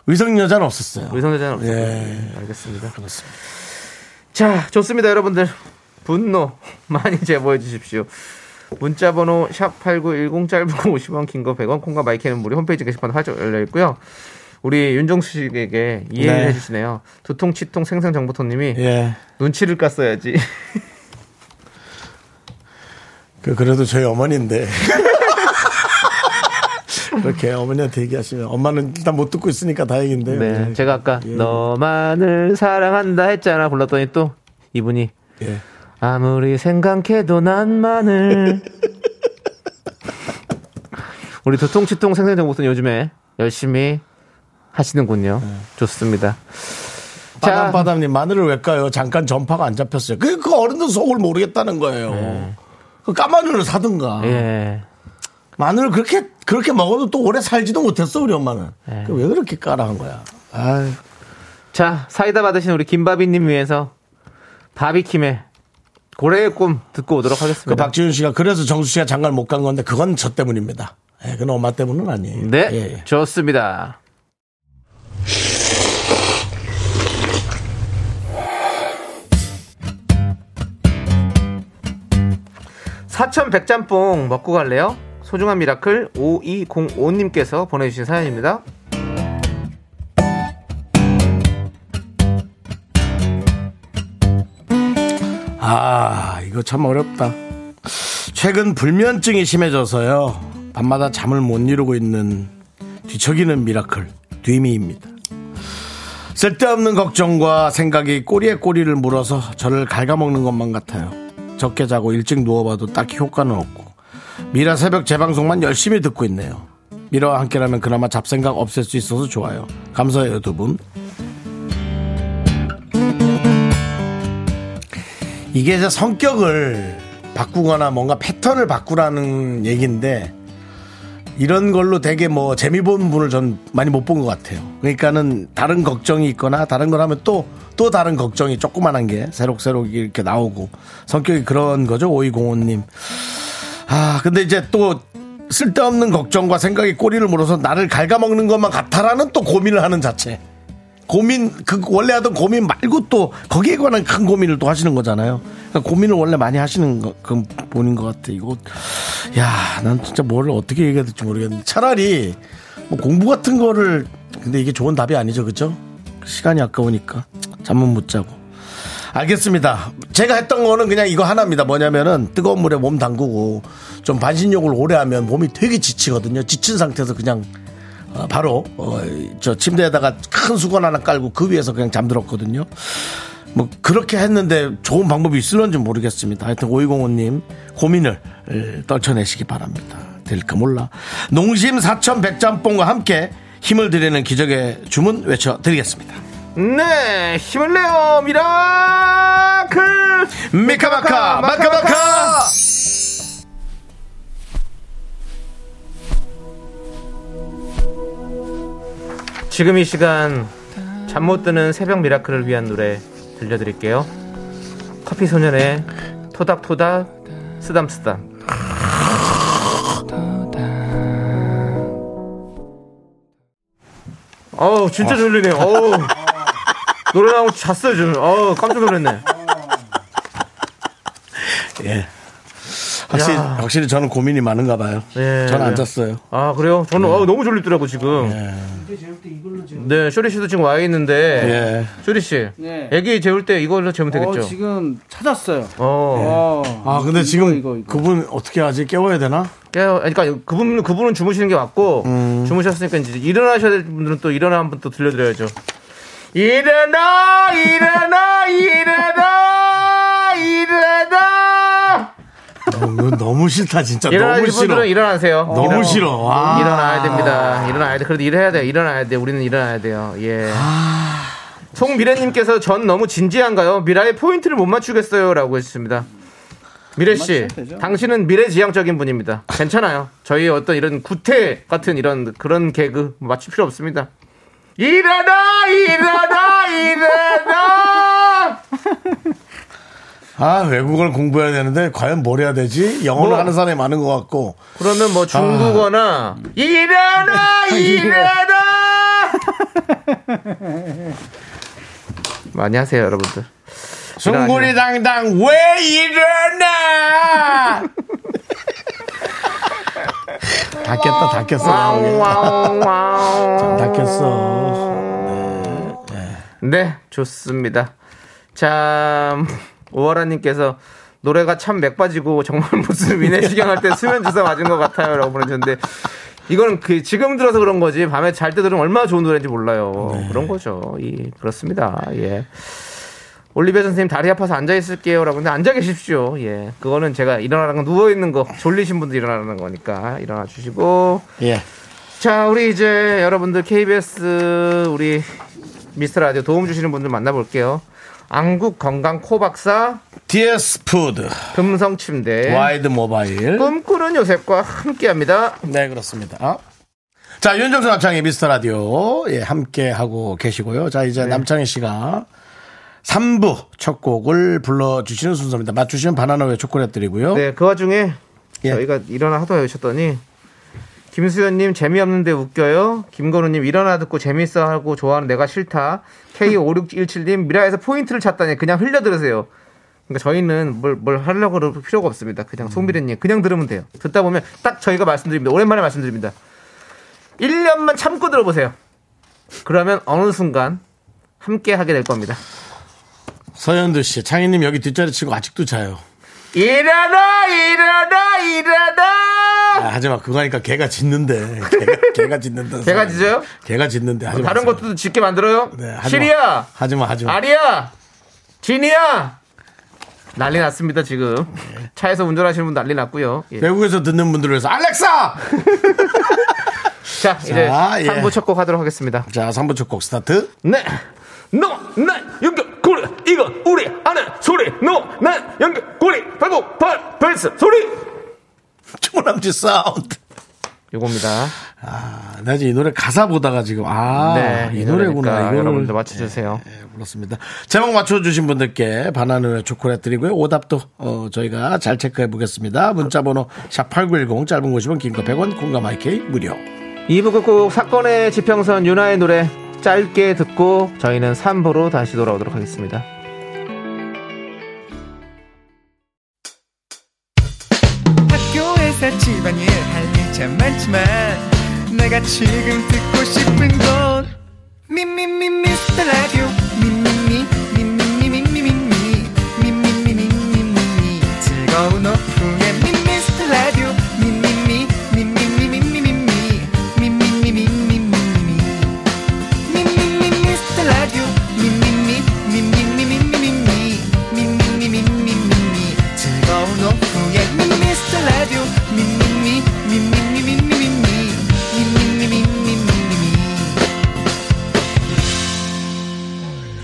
의성 여자는 없었어요.
의성 여자는 없어요.
예.
예, 알겠습니다.
그렇습니다.
자, 좋습니다, 여러분들. 분노 많이 제보해 주십시오. 문자 번호 샵 8910 짧은 거 50원 긴 거 100원 콩과 마이크는 우리 홈페이지 게시판 활짝 열려 있고요. 우리 윤종수 씨에게 이해를
네.
해 주시네요. 두통 치통 생생 정보통 님이
예.
눈치를 깠어야지.
그, 그래도 저희 어머니인데. 그렇게 어머니한테 얘기하시면 엄마는 일단 못 듣고 있으니까 다행인데요.
네.
예.
제가 아까
예.
너만을 사랑한다 했잖아 불렀더니 또 이분이
예.
아무리 생각해도 난만을 우리 두통치통 생생정보선 요즘에 열심히 하시는군요.
네.
좋습니다. 자,
바담바담님 마늘을 왜 까요? 잠깐 전파가 안 잡혔어요. 그, 그 어른들 속을 모르겠다는 거예요. 그 까마늘을 사든가.
네. 예.
마늘을 그렇게, 그렇게 먹어도 또 오래 살지도 못했어, 우리 엄마는.
예.
그왜 그렇게 까라 한 거야. 아
자, 사이다 받으신 우리 김바비님 위해서 바비킴의 고래의 꿈 듣고 오도록
그
하겠습니다.
박지윤 씨가 그래서 정수 씨가 장가를 못 간 건데 그건 저 때문입니다. 예, 그건 엄마 때문은 아니에요.
네,
예, 예.
좋습니다. 사천 백짬뽕 먹고 갈래요? 소중한 미라클 5205님께서 보내주신 사연입니다.
아, 이거 참 어렵다. 최근 불면증이 심해져서요. 밤마다 잠을 못 이루고 있는 뒤척이는 미라클, 뒤미입니다. 쓸데없는 걱정과 생각이 꼬리에 꼬리를 물어서 저를 갉아먹는 것만 같아요. 적게 자고 일찍 누워봐도 딱히 효과는 없고. 미라 새벽 재방송만 열심히 듣고 있네요. 미라와 함께라면 그나마 잡생각 없앨 수 있어서 좋아요. 감사해요, 두 분. 이게 이제 성격을 바꾸거나 뭔가 패턴을 바꾸라는 얘기인데 이런 걸로 되게 뭐 재미 본 분을 전 많이 못 본 것 같아요. 그러니까는 다른 걱정이 있거나 다른 걸 하면 또 또 다른 걱정이 조그만한 게 새록새록 이렇게 나오고 성격이 그런 거죠. 오이공호님. 아 근데 이제 또 쓸데없는 걱정과 생각이 꼬리를 물어서 나를 갉아먹는 것만 같아라는 또 고민을 하는 자체. 고민 그 원래 하던 고민 말고 또 거기에 관한 큰 고민을 또 하시는 거잖아요. 그러니까 고민을 원래 많이 하시는 거, 그 분인 것 같아. 이거 야 난 진짜 뭘 어떻게 얘기해야 될지 모르겠는데 차라리 뭐 공부 같은 거를 근데 이게 좋은 답이 아니죠, 그죠? 시간이 아까우니까 잠은 못 자고. 알겠습니다. 제가 했던 거는 그냥 이거 하나입니다. 뭐냐면은 뜨거운 물에 몸 담그고 좀 반신욕을 오래 하면 몸이 되게 지치거든요. 지친 상태에서 그냥 어, 바로 어, 저 침대에다가 큰 수건 하나 깔고 그 위에서 그냥 잠들었거든요. 뭐 그렇게 했는데 좋은 방법이 있을런지 모르겠습니다. 하여튼 오이공호님 고민을 에, 떨쳐내시기 바랍니다. 될까 몰라. 농심 사천 백짬뽕과 함께 힘을 드리는 기적의 주문 외쳐드리겠습니다.
네, 힘을 내요, 미라클!
미카마카 마카마카
지금 이 시간 잠 못 드는 새벽 미라클을 위한 노래 들려드릴게요. 커피 소년의 토닥토닥 쓰담쓰담. 어우, 진짜 졸리네요. 어우. 노래 나오고 잤어요, 지금. 어우, 깜짝 놀랐네.
예. 확실히,
야.
확실히 저는 고민이 많은가 봐요.
예.
저는 안 잤어요.
아, 그래요? 저는 어우, 너무 졸리더라고, 지금. 네, 쇼리 씨도 지금 와 있는데.
예.
쇼리 씨.
네.
애기 재울 때 이걸로 재면
어,
되겠죠?
지금 찾았어요.
어.
어.
아, 근데
이거,
지금
이거, 이거.
그분 어떻게 하지? 깨워야 되나?
깨어, 그러니까 그분 그분은 주무시는 게 맞고
음.
주무셨으니까 이제 일어나셔야 될 분들은 또 일어나 한번 또 들려드려야죠. 일어나 일어나 일어나 일어나
너무, 너무 싫다, 진짜. 너무
일어나실
싫어.
분들은 일어나세요.
너무 싫어. 와.
일어나야 됩니다. 일어나야 돼. 그래도 일해야 돼. 일어나야 돼. 우리는 일어나야 돼요. 예. 송미래님께서 전 너무 진지한가요? 미라의 포인트를 못 맞추겠어요라고 했습니다. 미래 씨,
맞추면 되죠.
당신은 미래지향적인 분입니다. 괜찮아요. 저희의 어떤 이런 구태 같은 이런 그런 개그 맞출 필요 없습니다. 일어나, 일어나, 일어나.
아, 외국어를 공부해야 되는데, 과연 뭘 해야 되지? 영어를
뭐.
하는 사람이 많은 것 같고.
그러면 뭐 중국어나 일어나, 일어나. 많이 하세요, 여러분들.
송골이 당당, 왜 일어나! 다 깼다, 다 깼어.
와우,
나오게.
와우, 와우.
다 깼어.
네, 좋습니다. 참, 오하라님께서 노래가 참 맥빠지고 정말 무슨 위내시경 할 때 수면 주사 맞은 것 같아요. 라고 보내주셨는데, 이거는 그 지금 들어서 그런 거지, 밤에 잘 때 들으면 얼마나 좋은 노래인지 몰라요. 그런 거죠. 이, 그렇습니다. 예. 올리비아 선생님 다리 아파서 앉아 있을게요. 라고. 근데 앉아 계십시오. 예. 그거는 제가 일어나는 건 누워있는 거, 졸리신 분들 일어나는 거니까 일어나 주시고,
예.
자, 우리 이제 여러분들 KBS 우리 미스터 라디오 도움 주시는 분들 만나볼게요. 안국 건강 코박사,
DS 푸드,
금성 침대,
와이드 모바일.
꿈꾸는 요셉과 함께합니다.
네, 그렇습니다. 자, 윤정수 남창희 미스터 라디오, 예, 함께 하고 계시고요. 자, 이제 남창희 씨가 3부 첫 곡을 불러주시는 순서입니다. 맞추시면 바나나우유 초콜릿
어?
드리고요.
네, 그 와중에
예.
저희가 일어나 하도 하셨더니 김수현님 재미없는데 웃겨요. 김건우님 일어나 듣고 재밌어 하고 좋아하는 내가 싫다. K5617님 미라에서 포인트를 찾다니 그냥 흘려 들으세요. 그러니까 저희는 뭘, 뭘 하려고 그럴 필요가 없습니다. 그냥 송미래님 그냥 들으면 돼요. 듣다 보면 딱 저희가 말씀드립니다. 오랜만에 말씀드립니다. 1년만 참고 들어보세요. 그러면 어느 순간 함께 하게 될 겁니다.
서현두 씨, 창희님 여기 뒷자리 치고 아직도 자요.
일어나 일어나 일어나
아, 하지 마. 그거 하니까 개가 짖는데. 개가, 개가 짖는다.
개가 짖어요?
개가 짖는데. 하지
다른
마세요.
것도 짓게 만들어요?
예, 네, 하지
시리야,
하지 마, 하지 마.
아리야, 진이야. 난리 났습니다 지금.
네.
차에서 운전하시는 분 난리 났고요. 예.
외국에서 듣는 분들을 위해서 알렉사!
자, 이제
예.
3부 첫 곡 하도록 하겠습니다.
자, 3부 첫 곡 스타트.
네.
너난 연결고리 이거 우리 아는 소리 너난 연결고리 발목 발 벨스 소리
초남지 사운드.
요겁니다.
아, 나 지금 이 노래 가사 보다가 지금, 아,
네,
이
이
노래구나.
노래니까
이거를-
여러분들 맞춰주세요.
네, 그렇습니다. 제목 맞춰주신 분들께 바나나 초콜릿 드리고요. 오답도 어, 저희가 잘 체크해 보겠습니다. 문자번호 샵8910 짧은 50원 긴 거 100원 공감 IK 무료.
2부 끝곡 사건의 지평선 윤아의 노래 짧게 듣고 저희는 3부로 다시 돌아오도록 하겠습니다.
학교에서 집안일 할 일 참 많지만 내가 지금 듣고 싶은 건 미미미 미스터 라디오 미미미 미미미 미미미 미미미 미미미 즐거운 오후에 미스터 라디오 미미미 미미미 미미미 미미미 미미미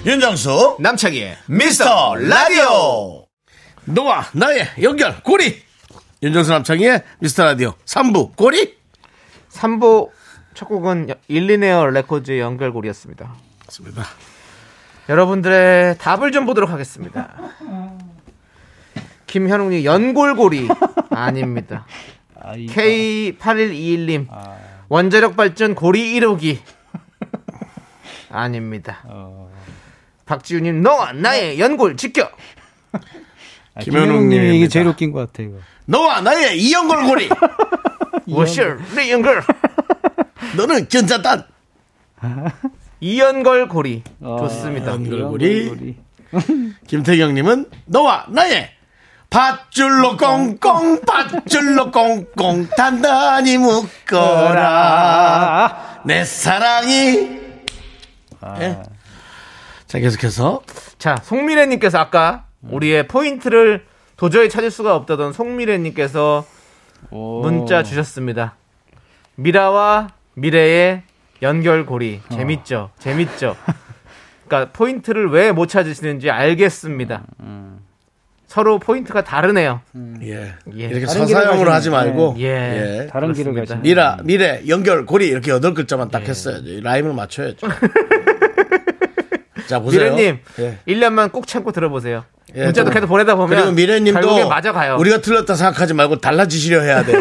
윤정수
남창희의
미스터 라디오 너와 나의 연결 고리 윤정수 남창희의 미스터 라디오 3부 고리
3부 첫 곡은 일리네어 레코드의 연결고리였습니다.
맞습니다.
여러분들의 답을 좀 보도록 하겠습니다. 김현웅님 연골고리 아닙니다. K8121님 원자력 발전 고리 1호기 아닙니다. 박지훈님, 너와 나의 연골 지켜.
아,
김현웅
김현웅님이 이게
님입니다.
제일 웃긴 것 같아요. 이거.
너와 나의 이연골고리
워셔 리 연골.
너는 견자단
이연걸 고리. 좋습니다.
연골고리 김태경님은 너와 나의 밧줄로 꽁꽁 밧줄로 꽁꽁 단단히 묶어라
아,
내 사랑이 예. 자 계속해서
자, 송미래님께서 아까 우리의 포인트를 도저히 찾을 수가 없다던 송미래님께서
오.
문자 주셨습니다. 미라와 미래의 연결고리. 재밌죠? 재밌죠? 그러니까 포인트를 왜 못 찾으시는지 알겠습니다. 음. 서로 포인트가 다르네요.
예.
예.
이렇게
다른
서사형으로
길을
하지
가시네.
말고
예.
다른 길을
그렇습니다.
가시네.
미라 미래 연결 고리 이렇게 여덟 글자만
예.
딱 했어야죠 이 라임을 맞춰야죠 자 보세요
미래님,
예.
1년만 꼭 참고 들어보세요.
예,
문자도
뭐.
계속 보내다 보면
그리고
결국에
미래님도
맞아가요.
우리가 틀렸다 생각하지 말고 달라지시려 해야 돼요.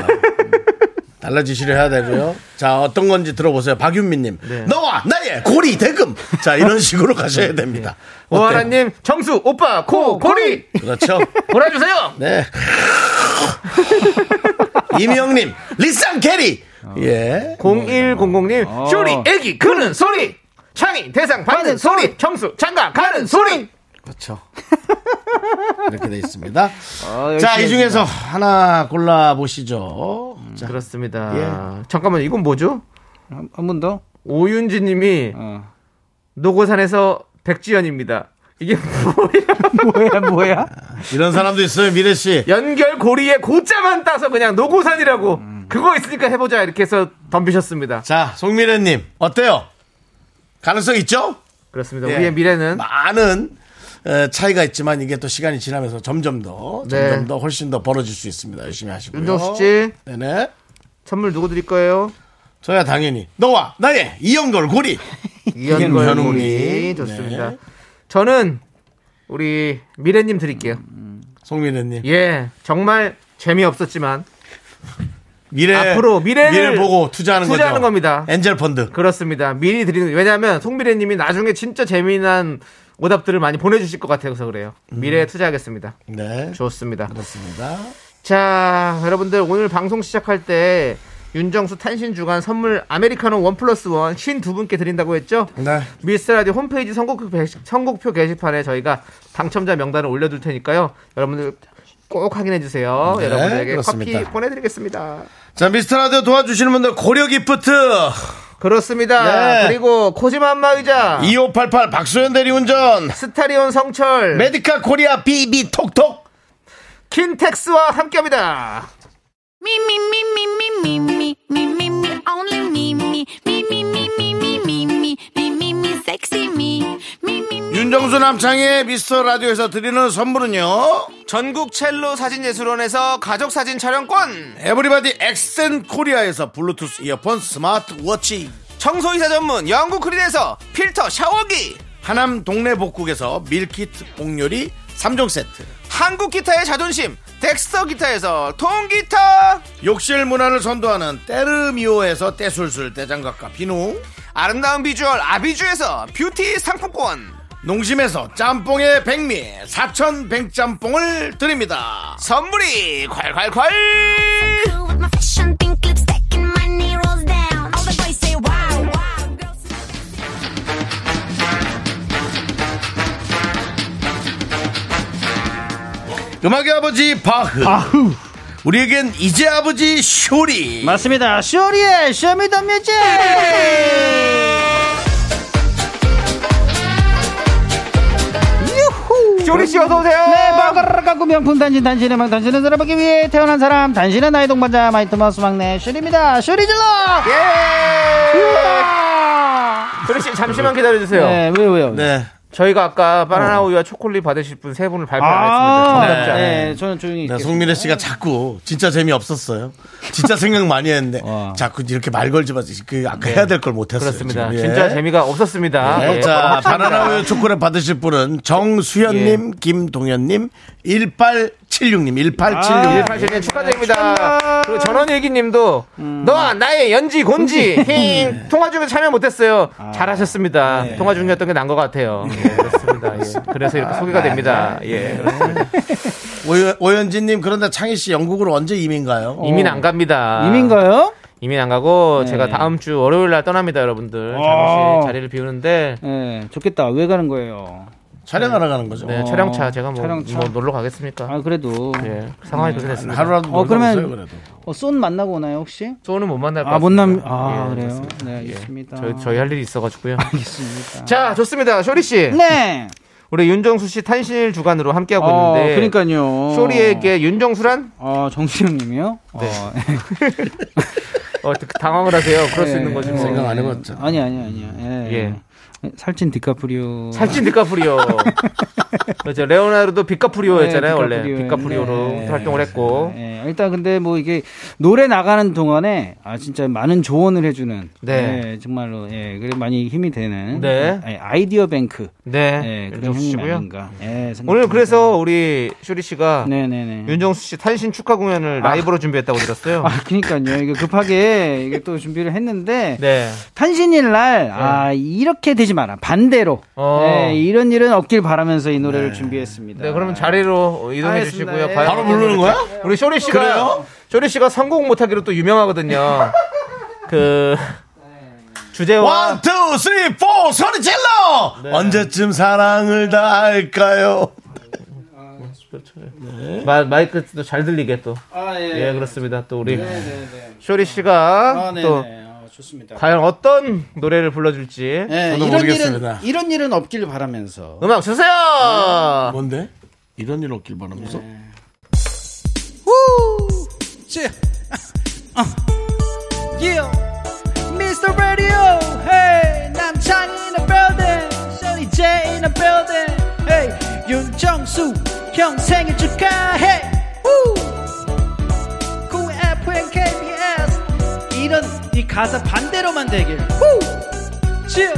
달라지시려 해야 되고요. 자 어떤 건지 들어보세요. 박윤미님,
네.
너와 나의 고리 대금. 자 이런 식으로 가셔야 됩니다. 어때요?
뭐 오하라님, 정수, 오빠, 코, 고리!
그렇죠.
보내주세요!
네. 이명님, 리쌍 캐리.
어.
예.
0100님,
어.
쇼리, 애기, 크는 소리! 창이, 대상, 받는 소리! 정수, 장가, 가는 소리!
그렇죠. 이렇게 돼 있습니다.
어,
열심히
자, 이 중에서 하나 골라 보시죠. 자,
그렇습니다. 잠깐만, 이건 뭐죠?
한번 더.
오윤지 님이
어.
노고산에서 백지연입니다. 이게 뭐야?
뭐야 뭐야?
이런 사람도 있어요, 미래 씨.
연결 고리에 고자만 따서 그냥 노고산이라고 그거 있으니까 해보자 이렇게 해서 덤비셨습니다.
자, 송미래님, 어때요? 가능성 있죠?
그렇습니다.
예.
우리의 미래는
많은 에, 차이가 있지만 이게 또 시간이 지나면서 점점 더,
네.
점점 더 훨씬 더 벌어질 수 있습니다. 열심히 하시고요.
윤정수 씨
네네.
선물 누구 드릴 거예요?
저야 당연히 너와 나의 이연결 고리.
이연걸
현웅님.
고리 좋습니다. 저는 우리 미래님 드릴게요.
송미래님.
예, 정말 재미없었지만
미래
앞으로 미래를
네, 미래 보고 투자하는 거죠.
투자하는 겁니다.
엔젤 펀드.
그렇습니다. 미리 드리는 왜냐하면 송미래님이 나중에 진짜 재미난 오답들을 많이 보내주실 것 같아서 그래요.
음.
미래에 투자하겠습니다.
네.
좋습니다.
좋습니다.
자, 여러분들 오늘 방송 시작할 때 윤정수 탄신 주간 선물 아메리카노 원 플러스 원 쉰 두 분께 드린다고 했죠?
네.
미스라디오 홈페이지 선곡표, 게시, 선곡표 게시판에 저희가 당첨자 명단을 올려둘 테니까요. 여러분들 꼭 확인해주세요.
네,
여러분들에게
그렇습니다.
커피 보내드리겠습니다.
자, 미스터 라디오 도와주시는 분들 고려 기프트
그렇습니다.
네.
그리고 코지마 안마 의자
2588 박소연 대리운전
스타리온 성철
메디카 코리아 비비 톡톡
킨텍스와 함께합니다.
Me, me, me, me, me, me, me, me, me, me, only me, me, me, me, me, me, me, me, me, me, me, me, sexy me, me, me, me.
윤정수 남창의 미스터 라디오에서 드리는 선물은요.
전국 첼로 사진예술원에서 가족 사진 촬영권,
에브리바디 엑센 코리아에서 블루투스 이어폰 스마트워치
청소이사 전문 영국 크린에서 필터 샤워기,
하남 동네 복국에서 밀키트 복요리 3종 세트
한국 기타의 자존심 덱스터 기타에서 통기타,
욕실 문화를 선도하는 때르미오에서 때술술 때장갑과 비누
아름다운 비주얼 아비주에서 뷰티 상품권,
농심에서 짬뽕의 백미 사천 백짬뽕을 드립니다
선물이 콸콸콸!
With my fashion pink lipstick and my knee rolls down. All the boys say wow, wow. Girls say
음악의 아버지 바흐
아후.
우리에겐 이제 아버지 쇼리
맞습니다. 쇼리의 쇼미더뮤직.
쇼리 씨 어서 오세요.
네, 먹으러 가고 명품 단신, 단신의 망, 단신은 살아보기 위해 태어난 사람, 단신의 나이 동반자, 마이트마우스 막내, 쇼리입니다. 쇼리 질러!
예. 쇼리 씨 잠시만 기다려 주세요.
네, 왜요, 왜요?
네
저희가 아까 바나나 우유와 초콜릿 받으실 분 세 분을 발표 안 했습니다.
아,
정답자.
네, 네, 저는 조용히.
네,
있겠습니다.
송민혜 씨가 자꾸 진짜 재미 없었어요. 진짜 생각 많이 했는데
와.
자꾸 이렇게 말 걸지 마세요. 그 아까 해야 될 걸 못했어요.
어. 네. 그렇습니다.
네.
지금. 예.
진짜 재미가 없었습니다.
네,
예.
자 바나나 우유 초콜릿 받으실 분은 정수현님, 김동현님,
1876님, 1876님.
1876님 축하드립니다. 그리고 전원일기님도 너 나의 연지 곤지 힝 통화 중에 참여 못했어요. 잘하셨습니다. 통화 중이었던 게 난 것 같아요. 예, 그렇습니다. 예. 그래서 이렇게 소개가 됩니다. 예.
오연, 오연진님, 그런데 창희 씨 영국으로 언제 이민가요?
이민 안 갑니다.
이민가요?
어,
이민 안 가고
네.
제가 다음 주 월요일 날 떠납니다, 여러분들.
어.
잠시 자리를 비우는데
예, 좋겠다. 왜 가는 거예요?
촬영하러 가는 거죠.
네,
어.
촬영차 제가 뭐,
촬영차.
뭐 놀러 가겠습니까?
아, 그래도.
예, 상황이 그렇게 됐습니다.
하루라도
어,
놀다
그러면-
오세요, 그래도.
어, 쏜 만나고 오나요, 혹시?
소는 못 만날 것
아, 못 남,
같습니다.
아,
예,
그래요?
그렇습니다.
네, 알겠습니다.
저희, 저희 할 일이 있어가지고요.
알겠습니다.
자, 좋습니다. 쇼리 씨.
네!
우리 윤정수 씨 탄신일 주간으로 함께하고
어,
있는데.
그러니까요.
쇼리에게 윤정수란?
어, 정수영 님이요? 네.
아,
어, 그 당황을 하세요. 그럴 수
예,
있는 거지. 뭐.
생각 안 해봤죠.
아니, 아니, 아니요. 예. 살찐 디카프리오.
살찐 디카프리오. 그렇죠. 레오나르도 비카프리오였잖아요,
네,
원래.
디카프리오.
비카프리오로
네.
활동을 했고.
예, 일단 근데 뭐 이게 노래 나가는 동안에 아 진짜 많은 조언을 해주는
네.
예, 정말로 예 그래 많이 힘이 되는
네.
예, 아이디어 뱅크
네.
예, 그런
윤정수
형님
씨고요.
아닌가 예, 생각합니다.
오늘 그래서 우리 쇼리 씨가
네네네
윤정수 씨 탄신 축하 공연을 라이브로 준비했다고 들었어요.
아 그러니까요 이게 급하게 이게 또 준비를 했는데
네.
탄신일 날, 아, 이렇게 되지 마라. 반대로.
어.
네, 이런 일은 없길 바라면서 이 노래를 준비했습니다.
네, 그러면 자리로 이동해
알겠습니다.
주시고요.
예.
과연 네,
바로 부르는 거야?
우리 쇼리 씨가 쇼리 씨가 성공 못하기로 또 유명하거든요. 그 주제와
원, 투, 쓰리, 포! 소리 질러! 언제쯤 사랑을 다 할까요?
마, 마이크도 잘 들리게 또.
아, 예.
예, 그렇습니다. 또 우리
네네네.
쇼리 씨가
아, 네네.
또
아, 좋습니다.
과연 어떤 노래를 불러줄지
예,
저도
이런
모르겠습니다.
일은, 이런 일은 없길 바라면서.
음악 주세요.
뭔데? 이런 일 없길 바라면서?
Mr. Radio, hey, 남창이 in the building, Sunny J in the building, hey, 윤정수, 형 생일 축하해, woo! 9 FM KBS, 이런, 이 가사 반대로만 되길, woo! chill,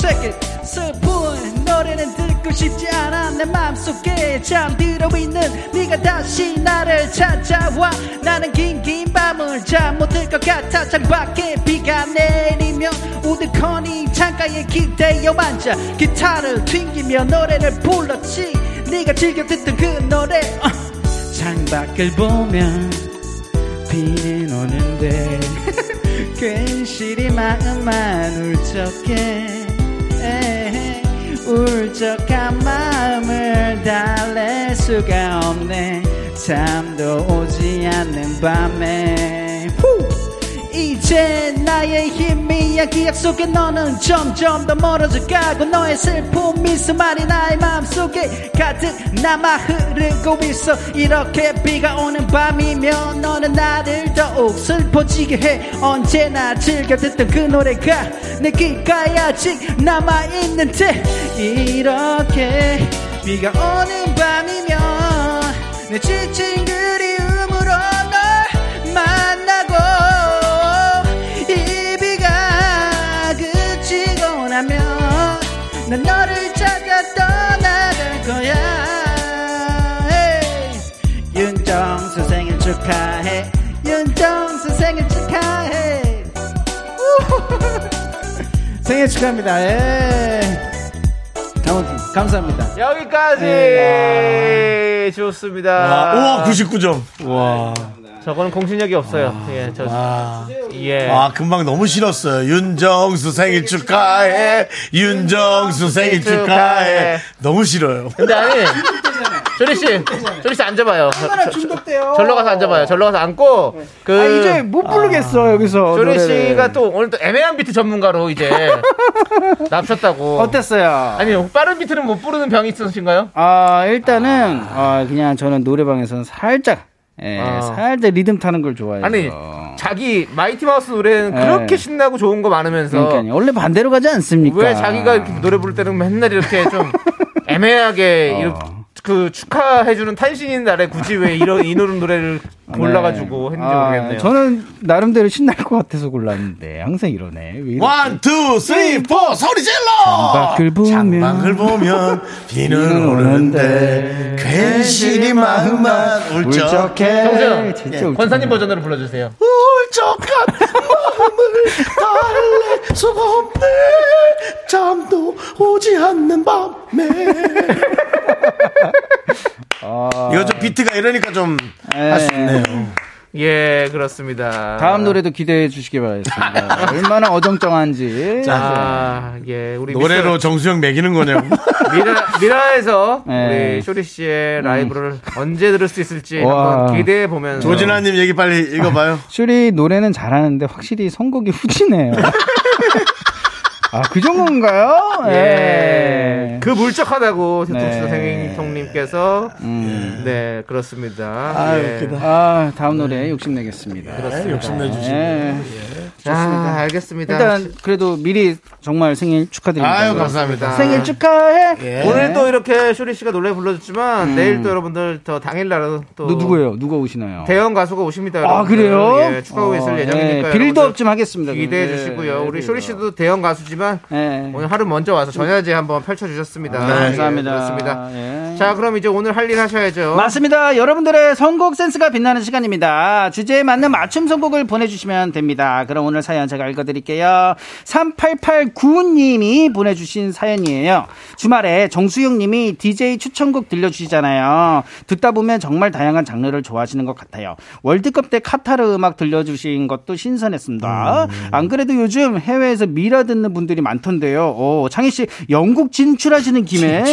check it, 슬픈 노래는 듣고 싶지 않아, 내 마음속에 잠들어 있는 네가 다시 나를 찾아와, 나는 긴긴 밤을 잠 못 들 것 같아 창밖에 비가 내리며 우드커니 창가에 기대어 앉아 기타를 튕기며 노래를 불렀지 네가 즐겨 듣던 그 노래 어. 창밖을 보면 비는 오는데 괜시리 마음만 울적해 에헤, 울적한 마음을 달랠 수가 없네 잠도 오지 않는 밤에 후! 이제 나의 힘이야 기억 속에 너는 점점 더 멀어져 가고 너의 슬픔 미스말이 나의 마음속에 가득 남아 흐르고 있어 이렇게 비가 오는 밤이면 너는 나를 더욱 슬퍼지게 해 언제나 즐겨 듣던 그 노래가 내 귓가에 아직 남아있는데 이렇게 비가 오는 밤이면 내 지친 그리움으로 널 만나고 이 비가 그치고 나면 난 너를 찾아 떠나갈 거야 에이. 윤정수 생일 축하해 윤정수 생일 축하해 우후. 생일 축하합니다 예. 아무튼 감사합니다
네.
여기까지 좋습니다.
아, 우와, 99점. 우와.
저거는 공신력이 없어요. 예, 저, 예.
아, 금방 너무 싫었어요. 윤정수 생일 축하해. 윤정수 생일 축하해. 너무 싫어요.
근데 아니 조리 씨, 조리 씨 앉아봐요. 저- 저- 절로 가서 앉아봐요. 절로 가서
네.
앉고
아,
그
못 부르겠어 여기서
조리 씨가 또 오늘 또 애매한 비트 전문가로 이제 납쳤다고.
어땠어요?
아니 빠른 비트는 못 부르는 병이 있으신가요?
아 일단은 아, 그냥 저는 노래방에서는 살짝 예,
아.
살짝 리듬 타는 걸 좋아해요.
아니
그러니까.
자기 마이티 마우스 노래는 그렇게
네.
신나고 좋은 거 많으면서
그러니까요. 원래 반대로 가지 않습니까? 네. 어.
왜 자기가 이렇게 노래 부를 때는 맨날 이렇게 좀 애매하게 이렇게 그 축하해주는 탄신인 날에 굳이 왜 이런 이 노래 노래를 골라가지고 했는지
네. 아,
모르겠네요.
저는 나름대로 신날 것 같아서 골랐는데 항상 이러네. 왜 이렇게
원, 투, 쓰리, 포, 소리
장밖을
질러!
보면
장막을 보면 비는 오는데 괜시리 마음만 울적
울적해. 진짜 울적해.
예, 권사님 버전으로 불러주세요.
울적한 마음을 달랠 수가 없네 잠도 오지 않는 밤에 이거 좀 비트가 이러니까 좀 할 수
예.
있네요
예, 그렇습니다.
다음 노래도 기대해 주시기 바라겠습니다. 얼마나 어정쩡한지.
아,
네.
예, 우리
노래로 정수영 매기는 거냐고
미스터- 미라 미라에서
예.
우리 쇼리 씨의 라이브를 언제 들을 수 있을지
와.
한번 기대해 보면서
조진아님 얘기 빨리 읽어봐요
슈리 노래는 잘하는데 확실히 선곡이 후지네요. 아, 그 정도인가요?
예.
예.
그 물적하다고
네. 음.
대통령 선생님통님께서 네 그렇습니다. 아, 예. 웃기다.
아, 다음
네.
노래 욕심내겠습니다.
욕심내주시고
예.
아, 알겠습니다.
일단 그래도 미리 정말 생일 축하드립니다.
아유 감사합니다 예.
생일 축하해.
오늘 또 이렇게 쇼리 씨가 노래 불러줬지만 내일 또 여러분들 저 당일 날은 또
음. 너 누구예요? 누가 오시나요?
대형 가수가 오십니다.
아,
여러분들.
그래요?
예, 축하하고 있을
어,
예정이니까
예, 빌드업
여러분들
좀 하겠습니다.
기대해
그러면.
주시고요.
예,
우리
예,
쇼리 씨도 대형 가수지만
예.
오늘 하루 먼저 와서 전야제 한번 펼쳐주셨습니다.
아, 감사합니다.
예, 그렇습니다.
예.
자, 그럼 이제 오늘 할 일 하셔야죠.
맞습니다. 여러분들의 선곡 센스가 빛나는 시간입니다. 주제에 맞는 맞춤 선곡을 보내주시면 됩니다. 그럼 오늘 사연 제가 읽어드릴게요. 3889님이 보내주신 사연이에요. 주말에 정수영님이 DJ 추천곡 들려주시잖아요. 듣다 보면 정말 다양한 장르를 좋아하시는 것 같아요. 월드컵 때 카타르 음악 들려주신 것도 신선했습니다. 안 그래도 요즘 해외에서 미라 듣는 분들이 많던데요. 오, 창희 씨 영국 진출하시는 김에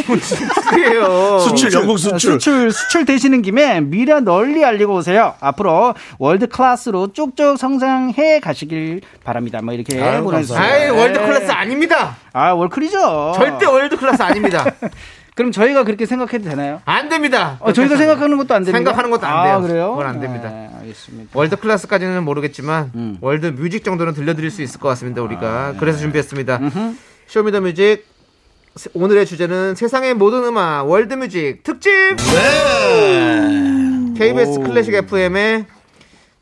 그래요.
수출 영국 어, 수출
어, 수출 수출 되시는 김에 미라 널리 알리고 오세요. 앞으로 월드 클래스로 쭉쭉 성장해 가시길 바랍니다. 뭐 이렇게
아유,
아이,
보내주세요.
월드 클래스 아닙니다.
아 월클이죠.
절대 월드 클래스 아닙니다.
그럼 저희가 그렇게 생각해도 되나요?
안 됩니다.
어, 저희가 생각하는 것도 안 됩니다.
생각하는 것도 안
아,
돼요.
그래요?
그건 안 됩니다.
네, 알겠습니다.
그러니까. 월드 클래스까지는 모르겠지만 월드 뮤직 정도는 들려드릴 수 있을 것 같습니다. 우리가 그래서 준비했습니다. 쇼미더 뮤직 오늘의 주제는 세상의 모든 음악 월드 뮤직 특집 KBS 클래식 FM의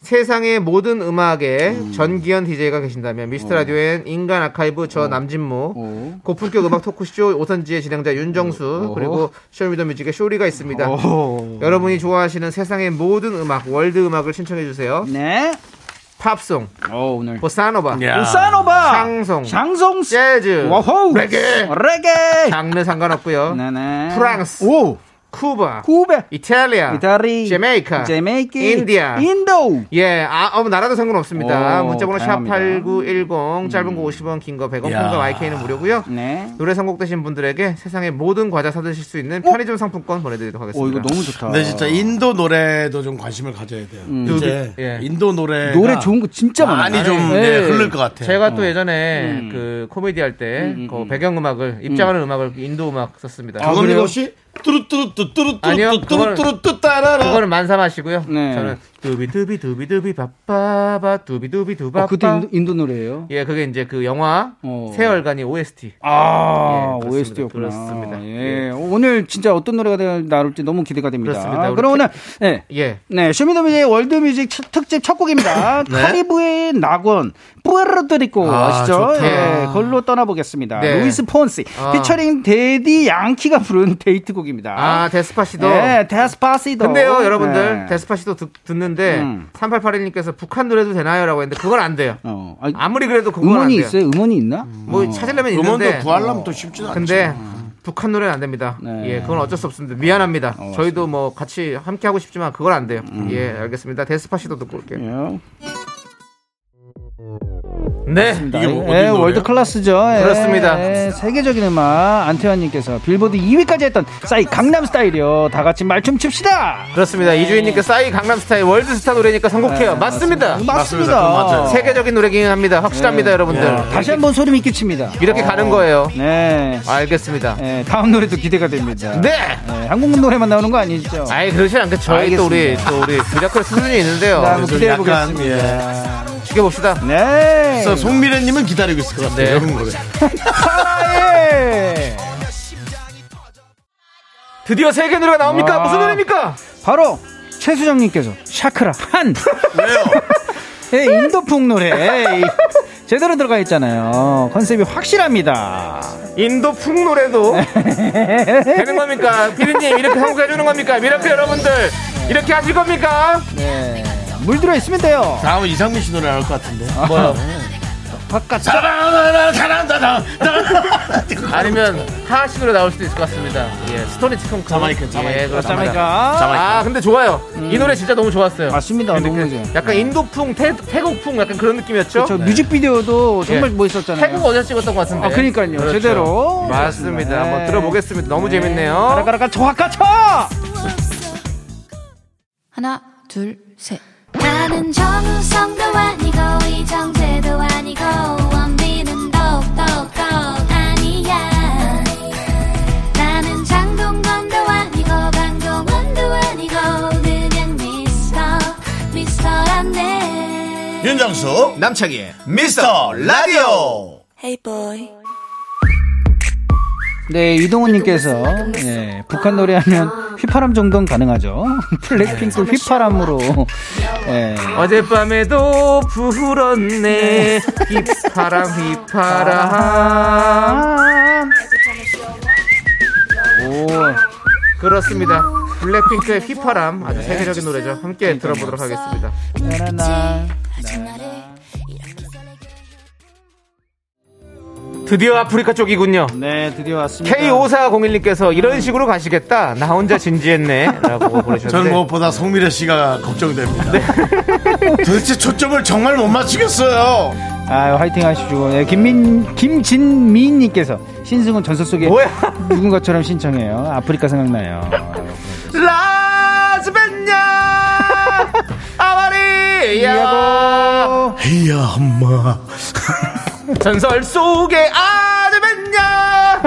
세상의 모든 음악에 전기현 DJ가 계신다면 미스터 라디오엔 인간 아카이브 저 남진모 고품격 음악 토크쇼 오선지의 진행자 윤정수 그리고 쇼미더뮤직의 쇼리가 있습니다. 여러분이 좋아하시는 세상의 모든 음악 월드 음악을 신청해 주세요.
네.
팝송,
어 오늘
보사노바,
그
우사노바
샹송,
장송
재즈,
예. 와호
레게.
레게
장르 상관없고요.
네네
프랑스.
오
쿠바,
쿠베
이탈리아,
이탈리
제메이카,
제메이카
인디아,
인도
예, 아, 어, 나라도 상관없습니다.
오,
문자번호
다양합니다. 음.
샵8910, 짧은 거 50원, 긴 거 100원, 콩과 YK는 무료고요
네.
노래 선곡되신 분들에게 세상의 모든 과자 사드실 수 있는 편의점 상품권 보내드리도록 하겠습니다.
오 이거 너무 좋다.
근데 진짜 인도 노래도 좀 관심을 가져야 돼요. 이제
예.
인도 노래
노래 좋은 거 진짜 많아요.
많이 좀 네, 흐를 것 같아요.
제가
어.
또 예전에
음.
그 코미디 할 때 그 배경음악을, 입장하는 음. 악을 인도 음악 썼습니다.
박원희
그래요?
씨 뚜루뚜루뚜
아니요,
뚜루뚜루
그거는-
뚜루뚜루 따라라.
그거는 만삼하시고요.
네.
저는 두비두비 두비두비 바빠바 두비두비 두바빠.
아, 그것도 인도, 인도 노래예요.
예, 그게 이제 그 영화
어.
세월간이 OST.
아,
예, 그렇습니다.
OST였구나.
그렇습니다.
예. 오늘 진짜 어떤 노래가 나올지 너무 기대가 됩니다.
그렇습니다. 우리
그럼 오늘 네.
예.
네, 쇼미더뮤직 월드뮤직 첫- 특집 첫 곡입니다.
네.
카리브의 낙원, 뿌에르토리코
아,
아, 시죠
좋다.
예, 걸로 떠나보겠습니다.
네.
루이스 폰시
아.
피처링 데디 양키가 부른 데이트곡입니다.
아, 데스파시도.
네, 데스파시도.
근데요, 여러분들
네.
데스파시도 듣, 듣는데
음.
3881님께서 북한 노래도 되나요라고 했는데 그건 안 돼요.
어, 아니,
아무리 그래도 그건 안
음원이
돼요.
있어요? 음원이 있나?
뭐 찾으려면 있는데
음원도 구하려면 또 쉽지 않죠.
근데 북한 노래는 안 됩니다.
아, 네.
예, 그건 어쩔 수 없습니다. 미안합니다. 저희도 뭐 같이 함께 하고 싶지만 그건 안 돼요.
음.
예, 알겠습니다. 데스파시도 듣고 올게요.
예.
네.
이게 뭐 어디
예,
노래예요?
월드 클래스죠. 예,
그렇습니다.
예, 세계적인 음악 안태환님께서 빌보드 2위까지 했던 싸이 강남 스타일이요. 다 같이 말춤 춥시다.
그렇습니다. 이주인님께 싸이 강남스타일 월드스타 노래니까
네,
선곡해요. 맞습니다.
맞습니다. 그건 맞아요.
세계적인 노래긴 합니다. 확실합니다, 여러분들.
네. 다시 어. 한번 소름이 끼칩니다.
이렇게 가는 거예요.
네.
알겠습니다. 네.
예, 다음 노래도 기대가 됩니다. 예, 한국 노래만 나오는 거 아니죠?
아이 그렇지 않겠죠. 저희 또 우리
알겠습니다. 네.
또 우리 미라클 수준이
자,
있는데요.
한번
좀
기대해
네, 약간, 네.
보겠습니다.
지켜봅시다.
네.
그래서 송미래님은 기다리고 있을 것 같아요.
네.
여러분 노래.
사랑해.
드디어 세계 노래가 나옵니까? 무슨 노래입니까?
바로 최수정님께서 샤크라 한 왜요? 예, 인도풍 노래 이, 제대로 들어가 있잖아요. 컨셉이 확실합니다.
인도풍 노래도 되는 겁니까? 피디님 이렇게 선곡해 주는 겁니까? 미라클 여러분들 이렇게 하실 겁니까?
물 들어 있으면 돼요.
다음은 이상민 씨 노래 나올 것 같은데. 뭐요? 바깥 사랑하라 사랑한다 사랑.
아니면 하하식으로 나올 수도 있을 것 같습니다. 예, 스토리 치콩
자마이카, 자마이카.
예, 그렇습니다.
자마이카.
아 근데 좋아요. 이 노래 진짜 너무 좋았어요.
음. 맞습니다.
근데
너무
그
이제.
약간 인도풍, 태, 태국풍 약간 그런 느낌이었죠?
저
네.
그렇죠. 뮤직비디오도 정말 뭐
예.
멋있었잖아요.
태국 어제 찍었던 것 같은데. 그렇죠.
아, 그러니까요. 제대로. 네.
맞습니다. 한번 들어보겠습니다. 너무 재밌네요.
가라가라가 정확하 쳐!
하나, 둘, 셋. 나는 정우성도 아니고, 이정재도 아니고, 원빈은 더욱더 아니야. 나는 장동건도 아니고, 강동원도 아니고, 그냥 미스터, 미스터란데.
윤정수 남창희 미스터 라디오.
Hey, boy.
네, 이동훈님께서 예, 북한 노래하면 휘파람 정도는 가능하죠. 블랙핑크 휘파람으로 예,
어젯밤에도 불었네. 휘파람, 휘파람.
오,
그렇습니다. 블랙핑크의 휘파람. 아주 세계적인 노래죠. 함께 들어보도록 하겠습니다.
음, 아,
나나나.
드디어 아프리카 쪽이군요.
네, 드디어 왔습니다.
K5401님께서 이런 식으로 가시겠다. 나 혼자 진지했네. 라고
저는 뭐
보내셨는데.
무엇보다 송미래 씨가 걱정됩니다. 도대체 초점을 정말 못 맞추겠어요.
아, 화이팅 하십시오. 예, 김민 김진민님께서 신승훈 전설 속에
뭐야?
누군가처럼 신청해요. 아프리카 생각나요.
라즈베냐! 아마리야!
이야 엄마.
전설 속의 아즈베냐!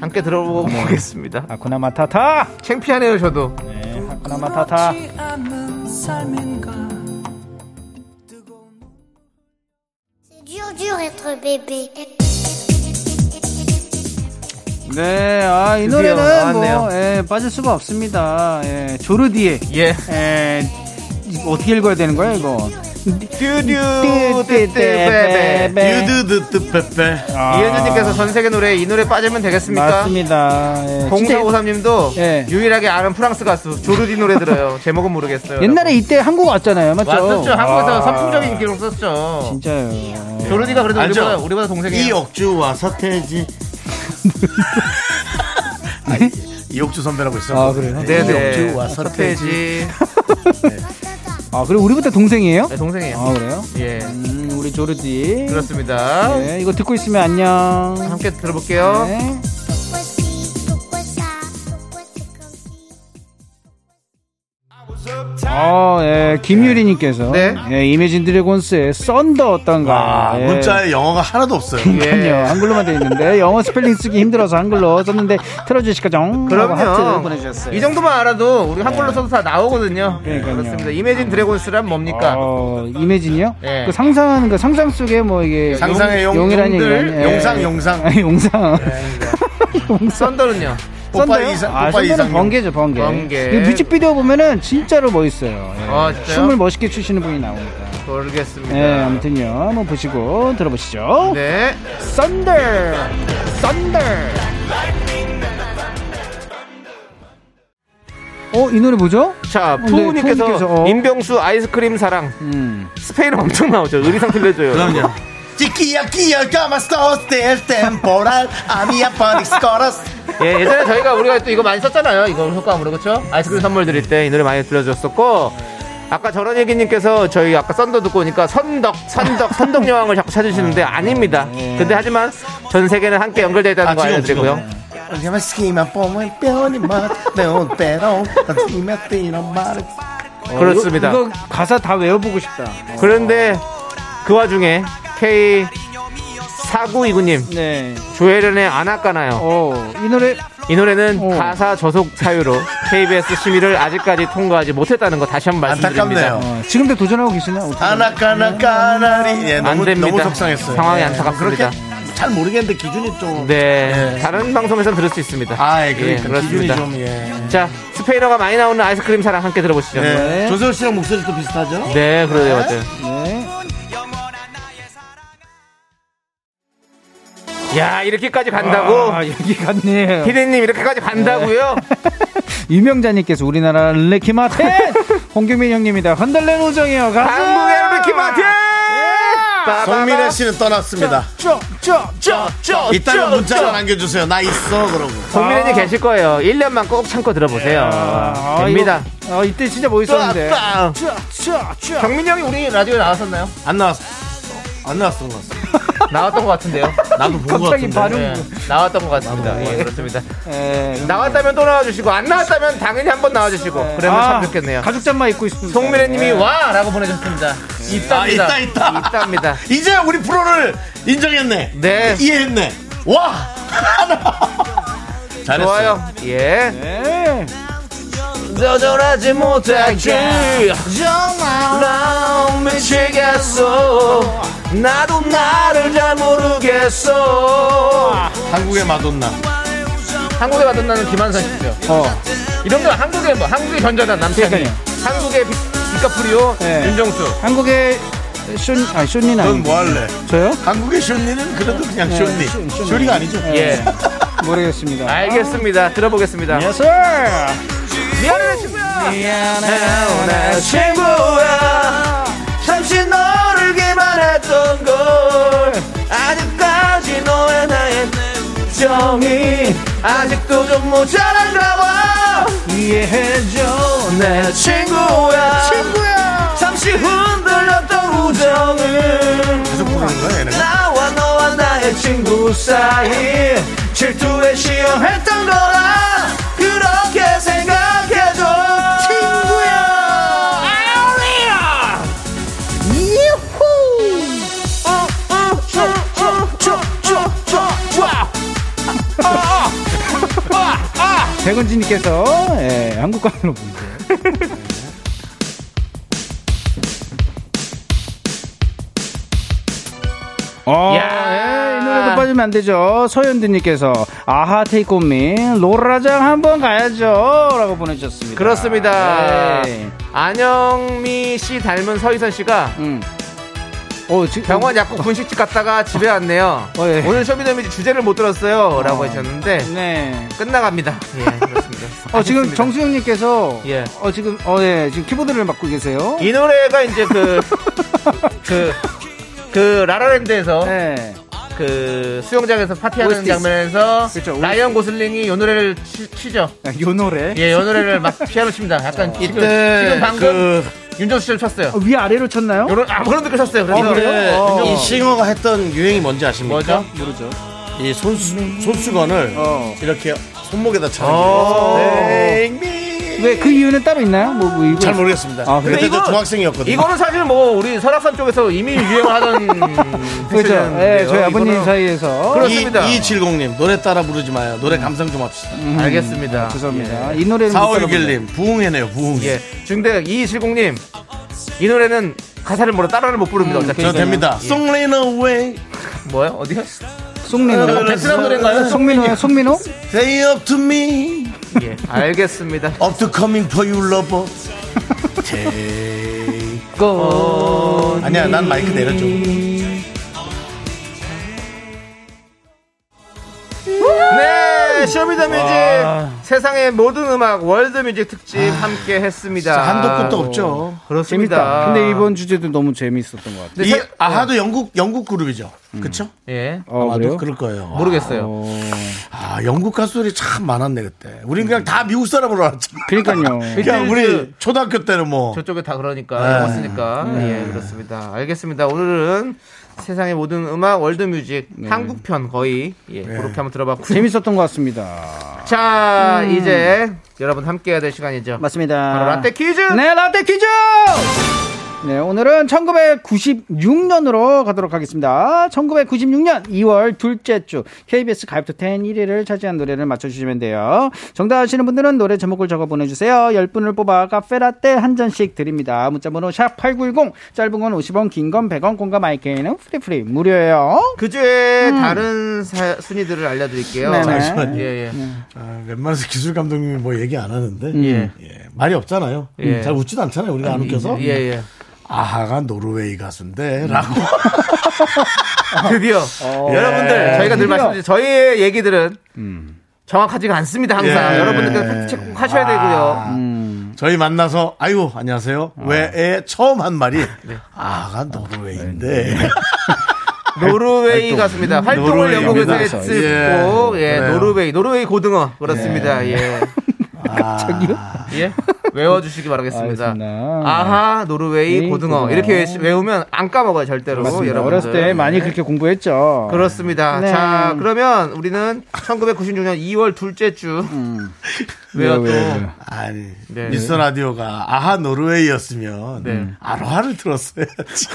함께 들어보겠습니다.
아쿠나 마타타.
창피하네요, 저도.
네, 아쿠나 마타타.
Dur, dur être bébé.
네, 아, 이
드디어
노래는
나왔네요.
뭐, 예, 빠질 수가 없습니다. 예, 조르디에.
예.
에, 이거 어떻게 읽어야 되는 거야, 이거?
뚜뚜, 뚜뚜,
네,
유드드드 빼빼.
이현주님께서 전 세계 노래 이 노래 빠지면 되겠습니까?
맞습니다. 예, 진짜
0453님도
예.
유일하게 아는 프랑스 가수 조르디 노래 들어요. 제목은 모르겠어요.
옛날에 이때 한국 왔잖아요, 맞죠?
왔었죠. 한국에서 선풍적인 기록 썼죠.
진짜요.
조르디가 그래도
알죠?
우리보다 우리보다 동생이에요.
이옥주와 서태지. 이옥주 선배라고 있어요.
아, 그래요?
네네.
이옥주와 서태지.
서태지.
아, 그리고 우리보다 동생이에요?
네, 동생이에요.
아, 그래요?
예.
음, 우리 조르디.
그렇습니다.
네, 이거 듣고 있으면 안녕.
함께 들어볼게요.
네. 어, 예, 김유리님께서
네.
예, 이매진 드래곤스의 썬더 어떤가?
아,
예.
문자에 영어가 하나도 없어요.
예.
그럼요. 한글로만 돼 있는데 영어 스펠링 쓰기 힘들어서 한글로 썼는데 틀어주실 거죠?
그럼요.
하고 하트 보내주셨어요. 네.
이 정도만 알아도 우리 한글로 써도 다 나오거든요.
그러니까요.
그렇습니다. 이매진 드래곤스란 뭡니까?
어, 이매진이요?
예.
그 상상하는 거 상상 속에 뭐 이게
상상의 용,
용이라는
용들,
얘기가 아니-
용상
예.
용상.
아니, 용상. 용상.
썬더는요.
오빠
썬더요?
이상
아,
오빠
썬더는
이상.
번개죠, 번개.
번개.
이 뮤직비디오 보면은 진짜로 멋있어요. 예.
아, 진짜요? 네.
춤을 멋있게 추시는 분이 나오니까.
모르겠습니다.
예, 아무튼요. 한번 보시고 들어보시죠.
네.
썬더! 썬더!
네.
어, 이 노래 뭐죠?
자,
네,
푸우님께서
푸우님께서, 어.
임병수 아이스크림 사랑
음.
스페인어 엄청 나오죠. 의리상 들려줘요.
그럼요. 찌끼야 끼야 까마스터 스텔 템포랄 아미야 파닉스 커러스
예, 예전에 저희가 우리가 또 이거 많이 썼잖아요. 이거 효과음으로 그렇죠? 아이스크림 선물 드릴 때 이 노래 많이 들려줬었고 아까 저런 얘기님께서 저희 아까 썬더 듣고 오니까 선덕, 선덕, 선덕 여왕을 자꾸 찾으시는데 아닙니다. 근데 하지만 전 세계는 함께 연결되어 있다는
아,
거
지금,
알려드리고요.
Siamo schema poi buoni ma non però ti metti in mare
그렇습니다.
어, 이거, 이거 가사 다 외워보고 싶다. 어.
그런데 그 와중에 K 4929님
네.
조혜련의 안아까나요.
어, 이 노래
이 노래는
어.
가사 저속 사유로 KBS 심의를 아직까지 통과하지 못했다는 거 다시 한번 말씀드립니다.
안타깝네요.
어, 지금도 도전하고 계시나요? 어떻게?
아나까나 까나리 예,
안
너무,
됩니다.
너무 속상했어요
상황이
예.
안타깝습니다.
그렇게 잘 모르겠는데 기준이 좀.
네.
예.
다른 방송에서 들을 수 있습니다.
아, 예,
예,
그러니까 기준이
그렇습니다.
좀 예.
자, 스페인어가 많이 나오는 아이스크림 사랑 함께 들어보시죠.
예.
네,
조세호 씨랑 목소리도 비슷하죠?
그러네요, 맞아요. 야, 이렇게까지 네. 간다고?
아, 여기 갔네.
피디님, 이렇게까지 간다고요?
유명자님께서 우리나라 레키마틴! 홍규민 형님이다. 흔들레 우정이요.
한국의 루키마틴! 예! 아.
송민혜 씨는 떠났습니다. 이따가 문자를 남겨주세요. 나 있어, 그러고.
송민혜님 계실 거예요. 1년만 꼭 참고 들어보세요. 됩니다.
아, 이때 진짜 멋있었는데.
경민 형이 우리 라디오에 나왔었나요?
안 나왔어. 안 나왔던 것 같아.
나왔던 것 같은데요.
나도 본것
갑자기
같은데.
발음.
네, 나왔던 것 같습니다. 예, 그렇습니다.
예.
나왔다면 또 나와주시고 안 나왔다면 당연히 한 번 나와주시고 그러면 참 좋겠네요.
가죽 잠만 입고 있습니다.
송미래님이 와라고 보내주셨습니다. 있답니다.
아, 있다, 있다.
있답니다.
이제 우리 프로를 인정했네.
네.
이해했네. 와! 잘했어요.
좋아요. 예.
예.
거절하지 못할게 정말 미치겠어 나도 나를 잘 모르겠어
한국의 마돈나.
한국에 받은 나는 김한선 씨죠
어.
이런 거 한국에 뭐 한국의 전자단 남편이
그러니까요.
한국의 비- 디카프리오
네.
윤정수
한국의 쇼, 아, 쇼니나.
넌 뭐 할래?
저요?
한국의 쇼니는 그래도 그냥
네,
쇼니.
쇼- 쇼니.
쇼니가 아니죠.
예
네. 모르겠습니다.
알겠습니다 들어보겠습니다
예스!
미안해 친구야
미안해.
친구야 잠시 너를 기만했던 걸 아직까지 너의 나의 정이 아직도 좀 모자란가 봐 이해해줘 내 친구야 친구야 잠시 흔들렸던 우정을
계속 부르는 거야, 얘네가.
나와 너와 나의 친구 사이 질투에 시험했던 거라 그렇게 생각해줘 친구야 아우리야
백은지님께서 예, 한국 가수로 보세요. 어,
야.
예, 이 노래도 빠지면 안 되죠. 서현두님께서 아하 테이크 온미 로라장 한번 가야죠라고 보내주셨습니다.
그렇습니다
예.
안영미 씨 닮은 서희선 씨가
음. 어, 지금
병원 약국 분식집 갔다가 집에 왔네요
어, 예.
오늘 쇼미더미즈 주제를 못 들었어요 라고 하셨는데
네.
끝나갑니다 예 그렇습니다
어 지금
아쉽습니다.
정수영님께서
예.
어 지금 어예 지금 키보드를 맡고 계세요.
이 노래가 이제 그, 그, 그, 라라랜드에서,
네.
그, 수영장에서 파티하는
OST.
장면에서,
그쵸, OST.
라이언 고슬링이 요 노래를 치, 죠
아,
요 노래
예, 요 노래를 막 피아노 칩니다. 약간, 지금,
네.
이때
지금 방금, 윤정수 씨를 쳤어요.
어, 위 아래로 쳤나요?
요런, 아, 그런 느낌 쳤어요. 그래서.
그,
어.
이 싱어가 했던 유행이 뭔지 아십니까?
뭐죠?
모르죠.
이 손수, 손수건을
어.
이렇게 손목에다 차는
어.
게 있어요. Take me.
왜 그 이유는 따로 있나요? 뭐, 뭐 이거
잘 모르겠습니다.
아,
근데
그래요?
저
이거-
중학생이었거든요.
이거는 사실 뭐, 우리 설악산 쪽에서 이미 유행하던.
그렇죠. 예, 저희 아버님
이거는-
사이에서
그렇- 그렇습니다. 음.
2270님 노래 따라 부르지 마요. 노래 감상 좀 합시다.
알겠습니다.
음, 죄송합니다. 이 노래는 못 따라불러요.
4561님 부흥해네요. 부흥.
예. 중대 2270님. 이 노래는 가사를 모르 따라를 못 부릅니다.
음,
어차피.
저 됩니다.
예.
송레인 어웨이
뭐요? 어디요?
송민호.
베트남 노래인가요?
송민호, 송민호?
Say up to me
예, 알겠습니다.
Up to coming for you lover Take
꽃.
아니야 난 마이크 내려줘
네, 쇼미더뮤직 세상의 모든 음악 월드뮤직 특집
아,
함께 했습니다.
한도 끝도 없죠
그렇습니다.
재밌다. 근데 이번 주제도 너무 재미있었던 것 같아요.
근데
이
세-
아하도 영국 영국 그룹이죠 그쵸?
예.
어, 그래요?
그럴 거예요
모르겠어요.
아 영국 가수들이 참 많았네 그때 우린 그냥 다 미국 사람으로 알았잖아
그러니까요.
그냥
비틀즈.
우리 초등학교 때는 뭐
저쪽에 다 그러니까 왔으니까 예, 그렇습니다. 알겠습니다. 오늘은 세상의 모든 음악 월드뮤직 한국편 거의 예, 그렇게 한번 들어봤고
재밌었던 것 같습니다.
자 이제 여러분 함께해야 될 시간이죠.
맞습니다.
바로 라떼 퀴즈.
네, 라떼 퀴즈!
네, 오늘은 1996년으로 가도록 하겠습니다. 1996년 2월 둘째 주 KBS 가입토 10 1위를 차지한 노래를 맞춰주시면 돼요. 정답 아시는 분들은 노래 제목을 적어 보내주세요. 10분을 뽑아 카페라떼 한 잔씩 드립니다. 문자번호 샵8910 짧은 건 50원 긴 건 100원 공감 IK는 프리프리 무료예요.
그 주에 다른 사- 순위들을 알려드릴게요.
네네.
잠시만요.
예, 예.
아, 웬만해서 기술 감독님이 뭐 얘기 안 하는데
예.
예, 말이 없잖아요.
예.
잘 웃지도 않잖아요. 우리가 안 웃겨서
예, 예.
아하가 노르웨이 가수인데라고
드디어
네.
여러분들 저희가 늘 말씀드린 저희의 얘기들은 정확하지가 않습니다 항상
예.
여러분들께서 팩트체크 꼭 하셔야 되고요.
저희 만나서 아이고 안녕하세요. 왜에 처음 한 말이
네.
아하가 노르웨이인데
노르웨이 같습니다. 활동을
노르웨이
영국에서
영국에서.
했고
예.
예,
그래요.
노르웨이 노르웨이 고등어 그렇습니다. 예.
아,
갑자기요? 예. 외워주시기 바라겠습니다.
알겠습니다.
아하 노르웨이
예,
고등어
고등어.
이렇게 외우면 안 까먹어요 절대로
맞습니다.
여러분들.
어렸을 때 많이
예.
그렇게 공부했죠.
그렇습니다.
네.
자, 그러면 우리는 1996년 2월 둘째 주
음.
외워
네,
또
아니
네.
미스터 라디오가 아하 노르웨이였으면
네.
아로하를 들었어야지.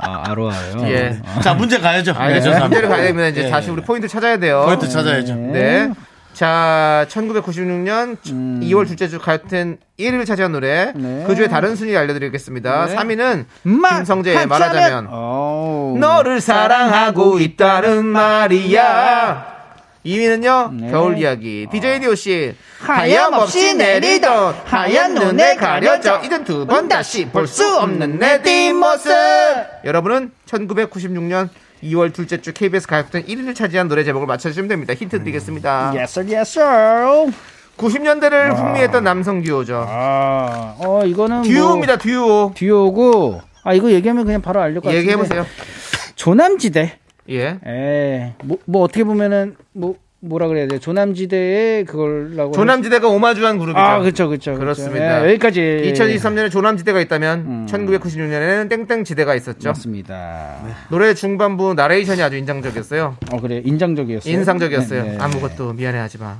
아, 아로아요.
예.
자 문제 가야죠.
알겠습니다. 아, 문제를 가야 됩니다. 네. 이제
예,
다시
예.
우리 포인트 찾아야 돼요.
포인트 찾아야죠.
네. 자, 1996년 2월 둘째 주 같은 1위를 차지한 노래. 그 주에 다른 순위 알려드리겠습니다. 3위는 김성재의 말하자면.
어우.
너를 사랑하고 있다는 말이야. 2위는요, 겨울 이야기. DJ DOC. 네. 하염없이 내리던 하얀 눈에 가려져. 이젠 두 번 다시 볼 수 없는 내 뒷모습. 여러분은 1996년 2월 둘째 주 KBS 가요톱 1위를 차지한 노래 제목을 맞춰주시면 됩니다.
음.
힌트 드리겠습니다.
Yes sir, yes sir.
90년대를 풍미했던 남성 듀오죠.
아, 어 이거는 뭐
듀오입니다, 듀오.
듀오고 아 이거 얘기하면 그냥 바로 알릴 것 같은데.
얘기해보세요.
조남지대.
예.
에, 뭐, 뭐 어떻게 보면은 뭐 뭐라 그래야 돼? 조남지대의 그걸라고.
조남지대가 오마주한 그룹이죠.
할 수- 아, 그렇죠, 그렇죠.
그렇습니다.
여기까지. 음.
2023년에 조남지대가 있다면 1996년에는 땡땡지대가 있었죠.
맞습니다.
노래 중반부 나레이션이 아주 인상적이었어요.
어 그래 인상적이었어요.
인상적이었어요.
네, 네.
아무것도 미안해하지 마.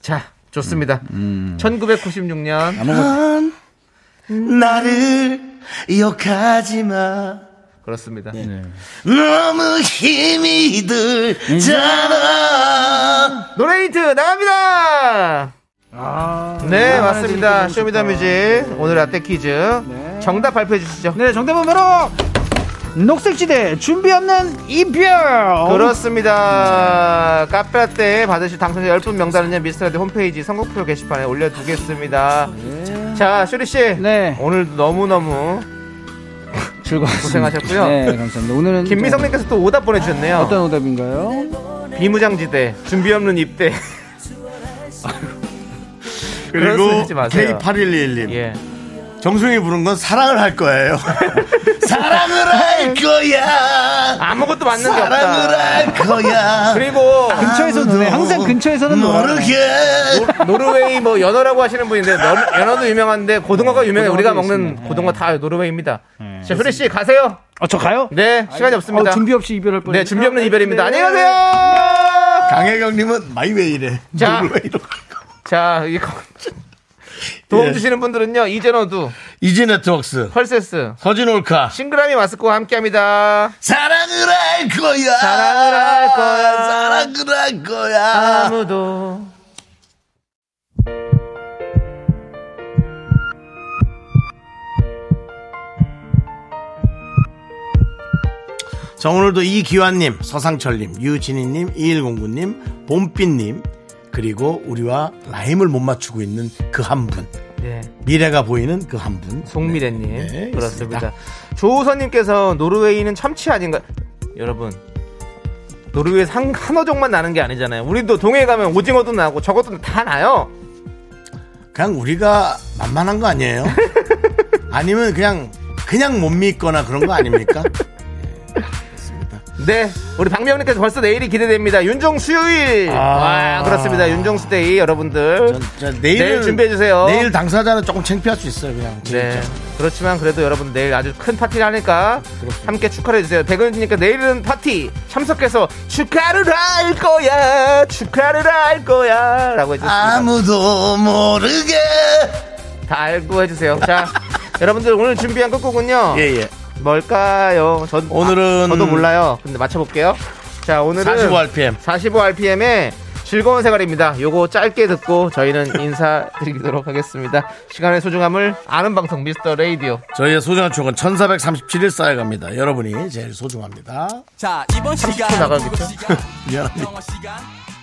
자, 좋습니다.
음.
1996년
나를 욕하지 마.
그렇습니다. 네.
너무 힘이 들잖아.
노래 힌트 나갑니다. 네, 맞습니다. 쇼미더뮤직 오늘 라떼 퀴즈 정답 발표해 주시죠.
네, 정답은 바로 녹색지대 준비 없는 이별.
그렇습니다. 카페라떼 받으실 당첨자 10분 명단은요, 미스터라디 홈페이지 선곡표 게시판에 올려두겠습니다. 자, 쇼리씨.
네.
오늘 너무너무
어, 즐거웠습니다.
고생하셨고요.
네, 감사합니다. 오늘은 좀
김미성님께서 또 오답 보내주셨네요.
어떤 오답인가요?
비무장지대, 준비 없는 입대. 그런 소리
그리고
하지 마세요.
K8111님.
예.
정승이 부른 건 사랑을 할 거예요. 사랑을 할 거야.
아무것도 맞는 게
사랑을
없다.
할 거야.
그리고
근처에서는 노래, 항상 근처에서는 노래.
모르게.
노르웨이 뭐 연어라고 하시는 분인데 연- 연어도 유명한데 고등어가 유명해. 우리가 먹는 고등어 다 노르웨이입니다. 자, 효리 씨 가세요.
어, 저 가요?
네, 시간이 없습니다.
어, 준비 없이 이별할 뻔.
네, 준비 없는 이별입니다. 안녕히 가세요.
강혜경님은 마이웨이래.
자.
노르웨이로.
자, 이거 도움
예.
주시는 분들은요. 이젠어두,
이지 네트웍스.
펄세스,
서진 올카.
싱그라미 마스크와 함께합니다.
사랑을 할 거야.
사랑을 할 거야.
사랑을 할 거야.
아무도
자, 오늘도 이기환님, 서상철님, 유진희님, 2109님, 봄빛님, 그리고 우리와 라임을 못 맞추고 있는 그 한 분.
네,
미래가 보이는 그 한 분.
송미래님
네, 네,
그렇습니다. 조우선님께서 노르웨이는 참치 아닌가? 여러분. 노르웨이 한 한어종만 나는 게 아니잖아요. 우리도 동해 가면 오징어도 나고 저것도 다 나요.
그냥 우리가 만만한 거 아니에요? 아니면 그냥, 그냥 못 믿거나 그런 거 아닙니까?
네, 우리 박명님께서 벌써 내일이 기대됩니다. 윤종 수요일.
아.
와, 그렇습니다. 윤종수 데이 여러분들.
전- 저 내일을-
내일 준비해주세요.
내일 당사자는 조금 창피할 수 있어요, 그냥.
네.
진짜.
그렇지만 그래도 여러분 내일 아주 큰 파티를 하니까 함께 축하를 해주세요. 백은지니까 내일은 파티 참석해서 축하를 할
아,
거야, 축하를 할 거야 라고 해주셨습니다.
아무도 모르게
다 알고 해주세요. 자, 여러분들 오늘 준비한 끝곡은요.
예, 예.
뭘까요? 저,
오늘은-
아, 저도 몰라요. 근데 맞춰볼게요. 자, 오늘은
45 RPM.
45rpm의 즐거운 생활입니다. 요거 짧게 듣고 저희는 인사드리도록 하겠습니다. 시간의 소중함을 아는 방송 미스터 레이디오.
저희의 소중한 추억은 1437일 쌓여갑니다. 여러분이 제일 소중합니다.
자 이번 시간
나가겠죠?
이번 시간
미안합니다.
영어 시간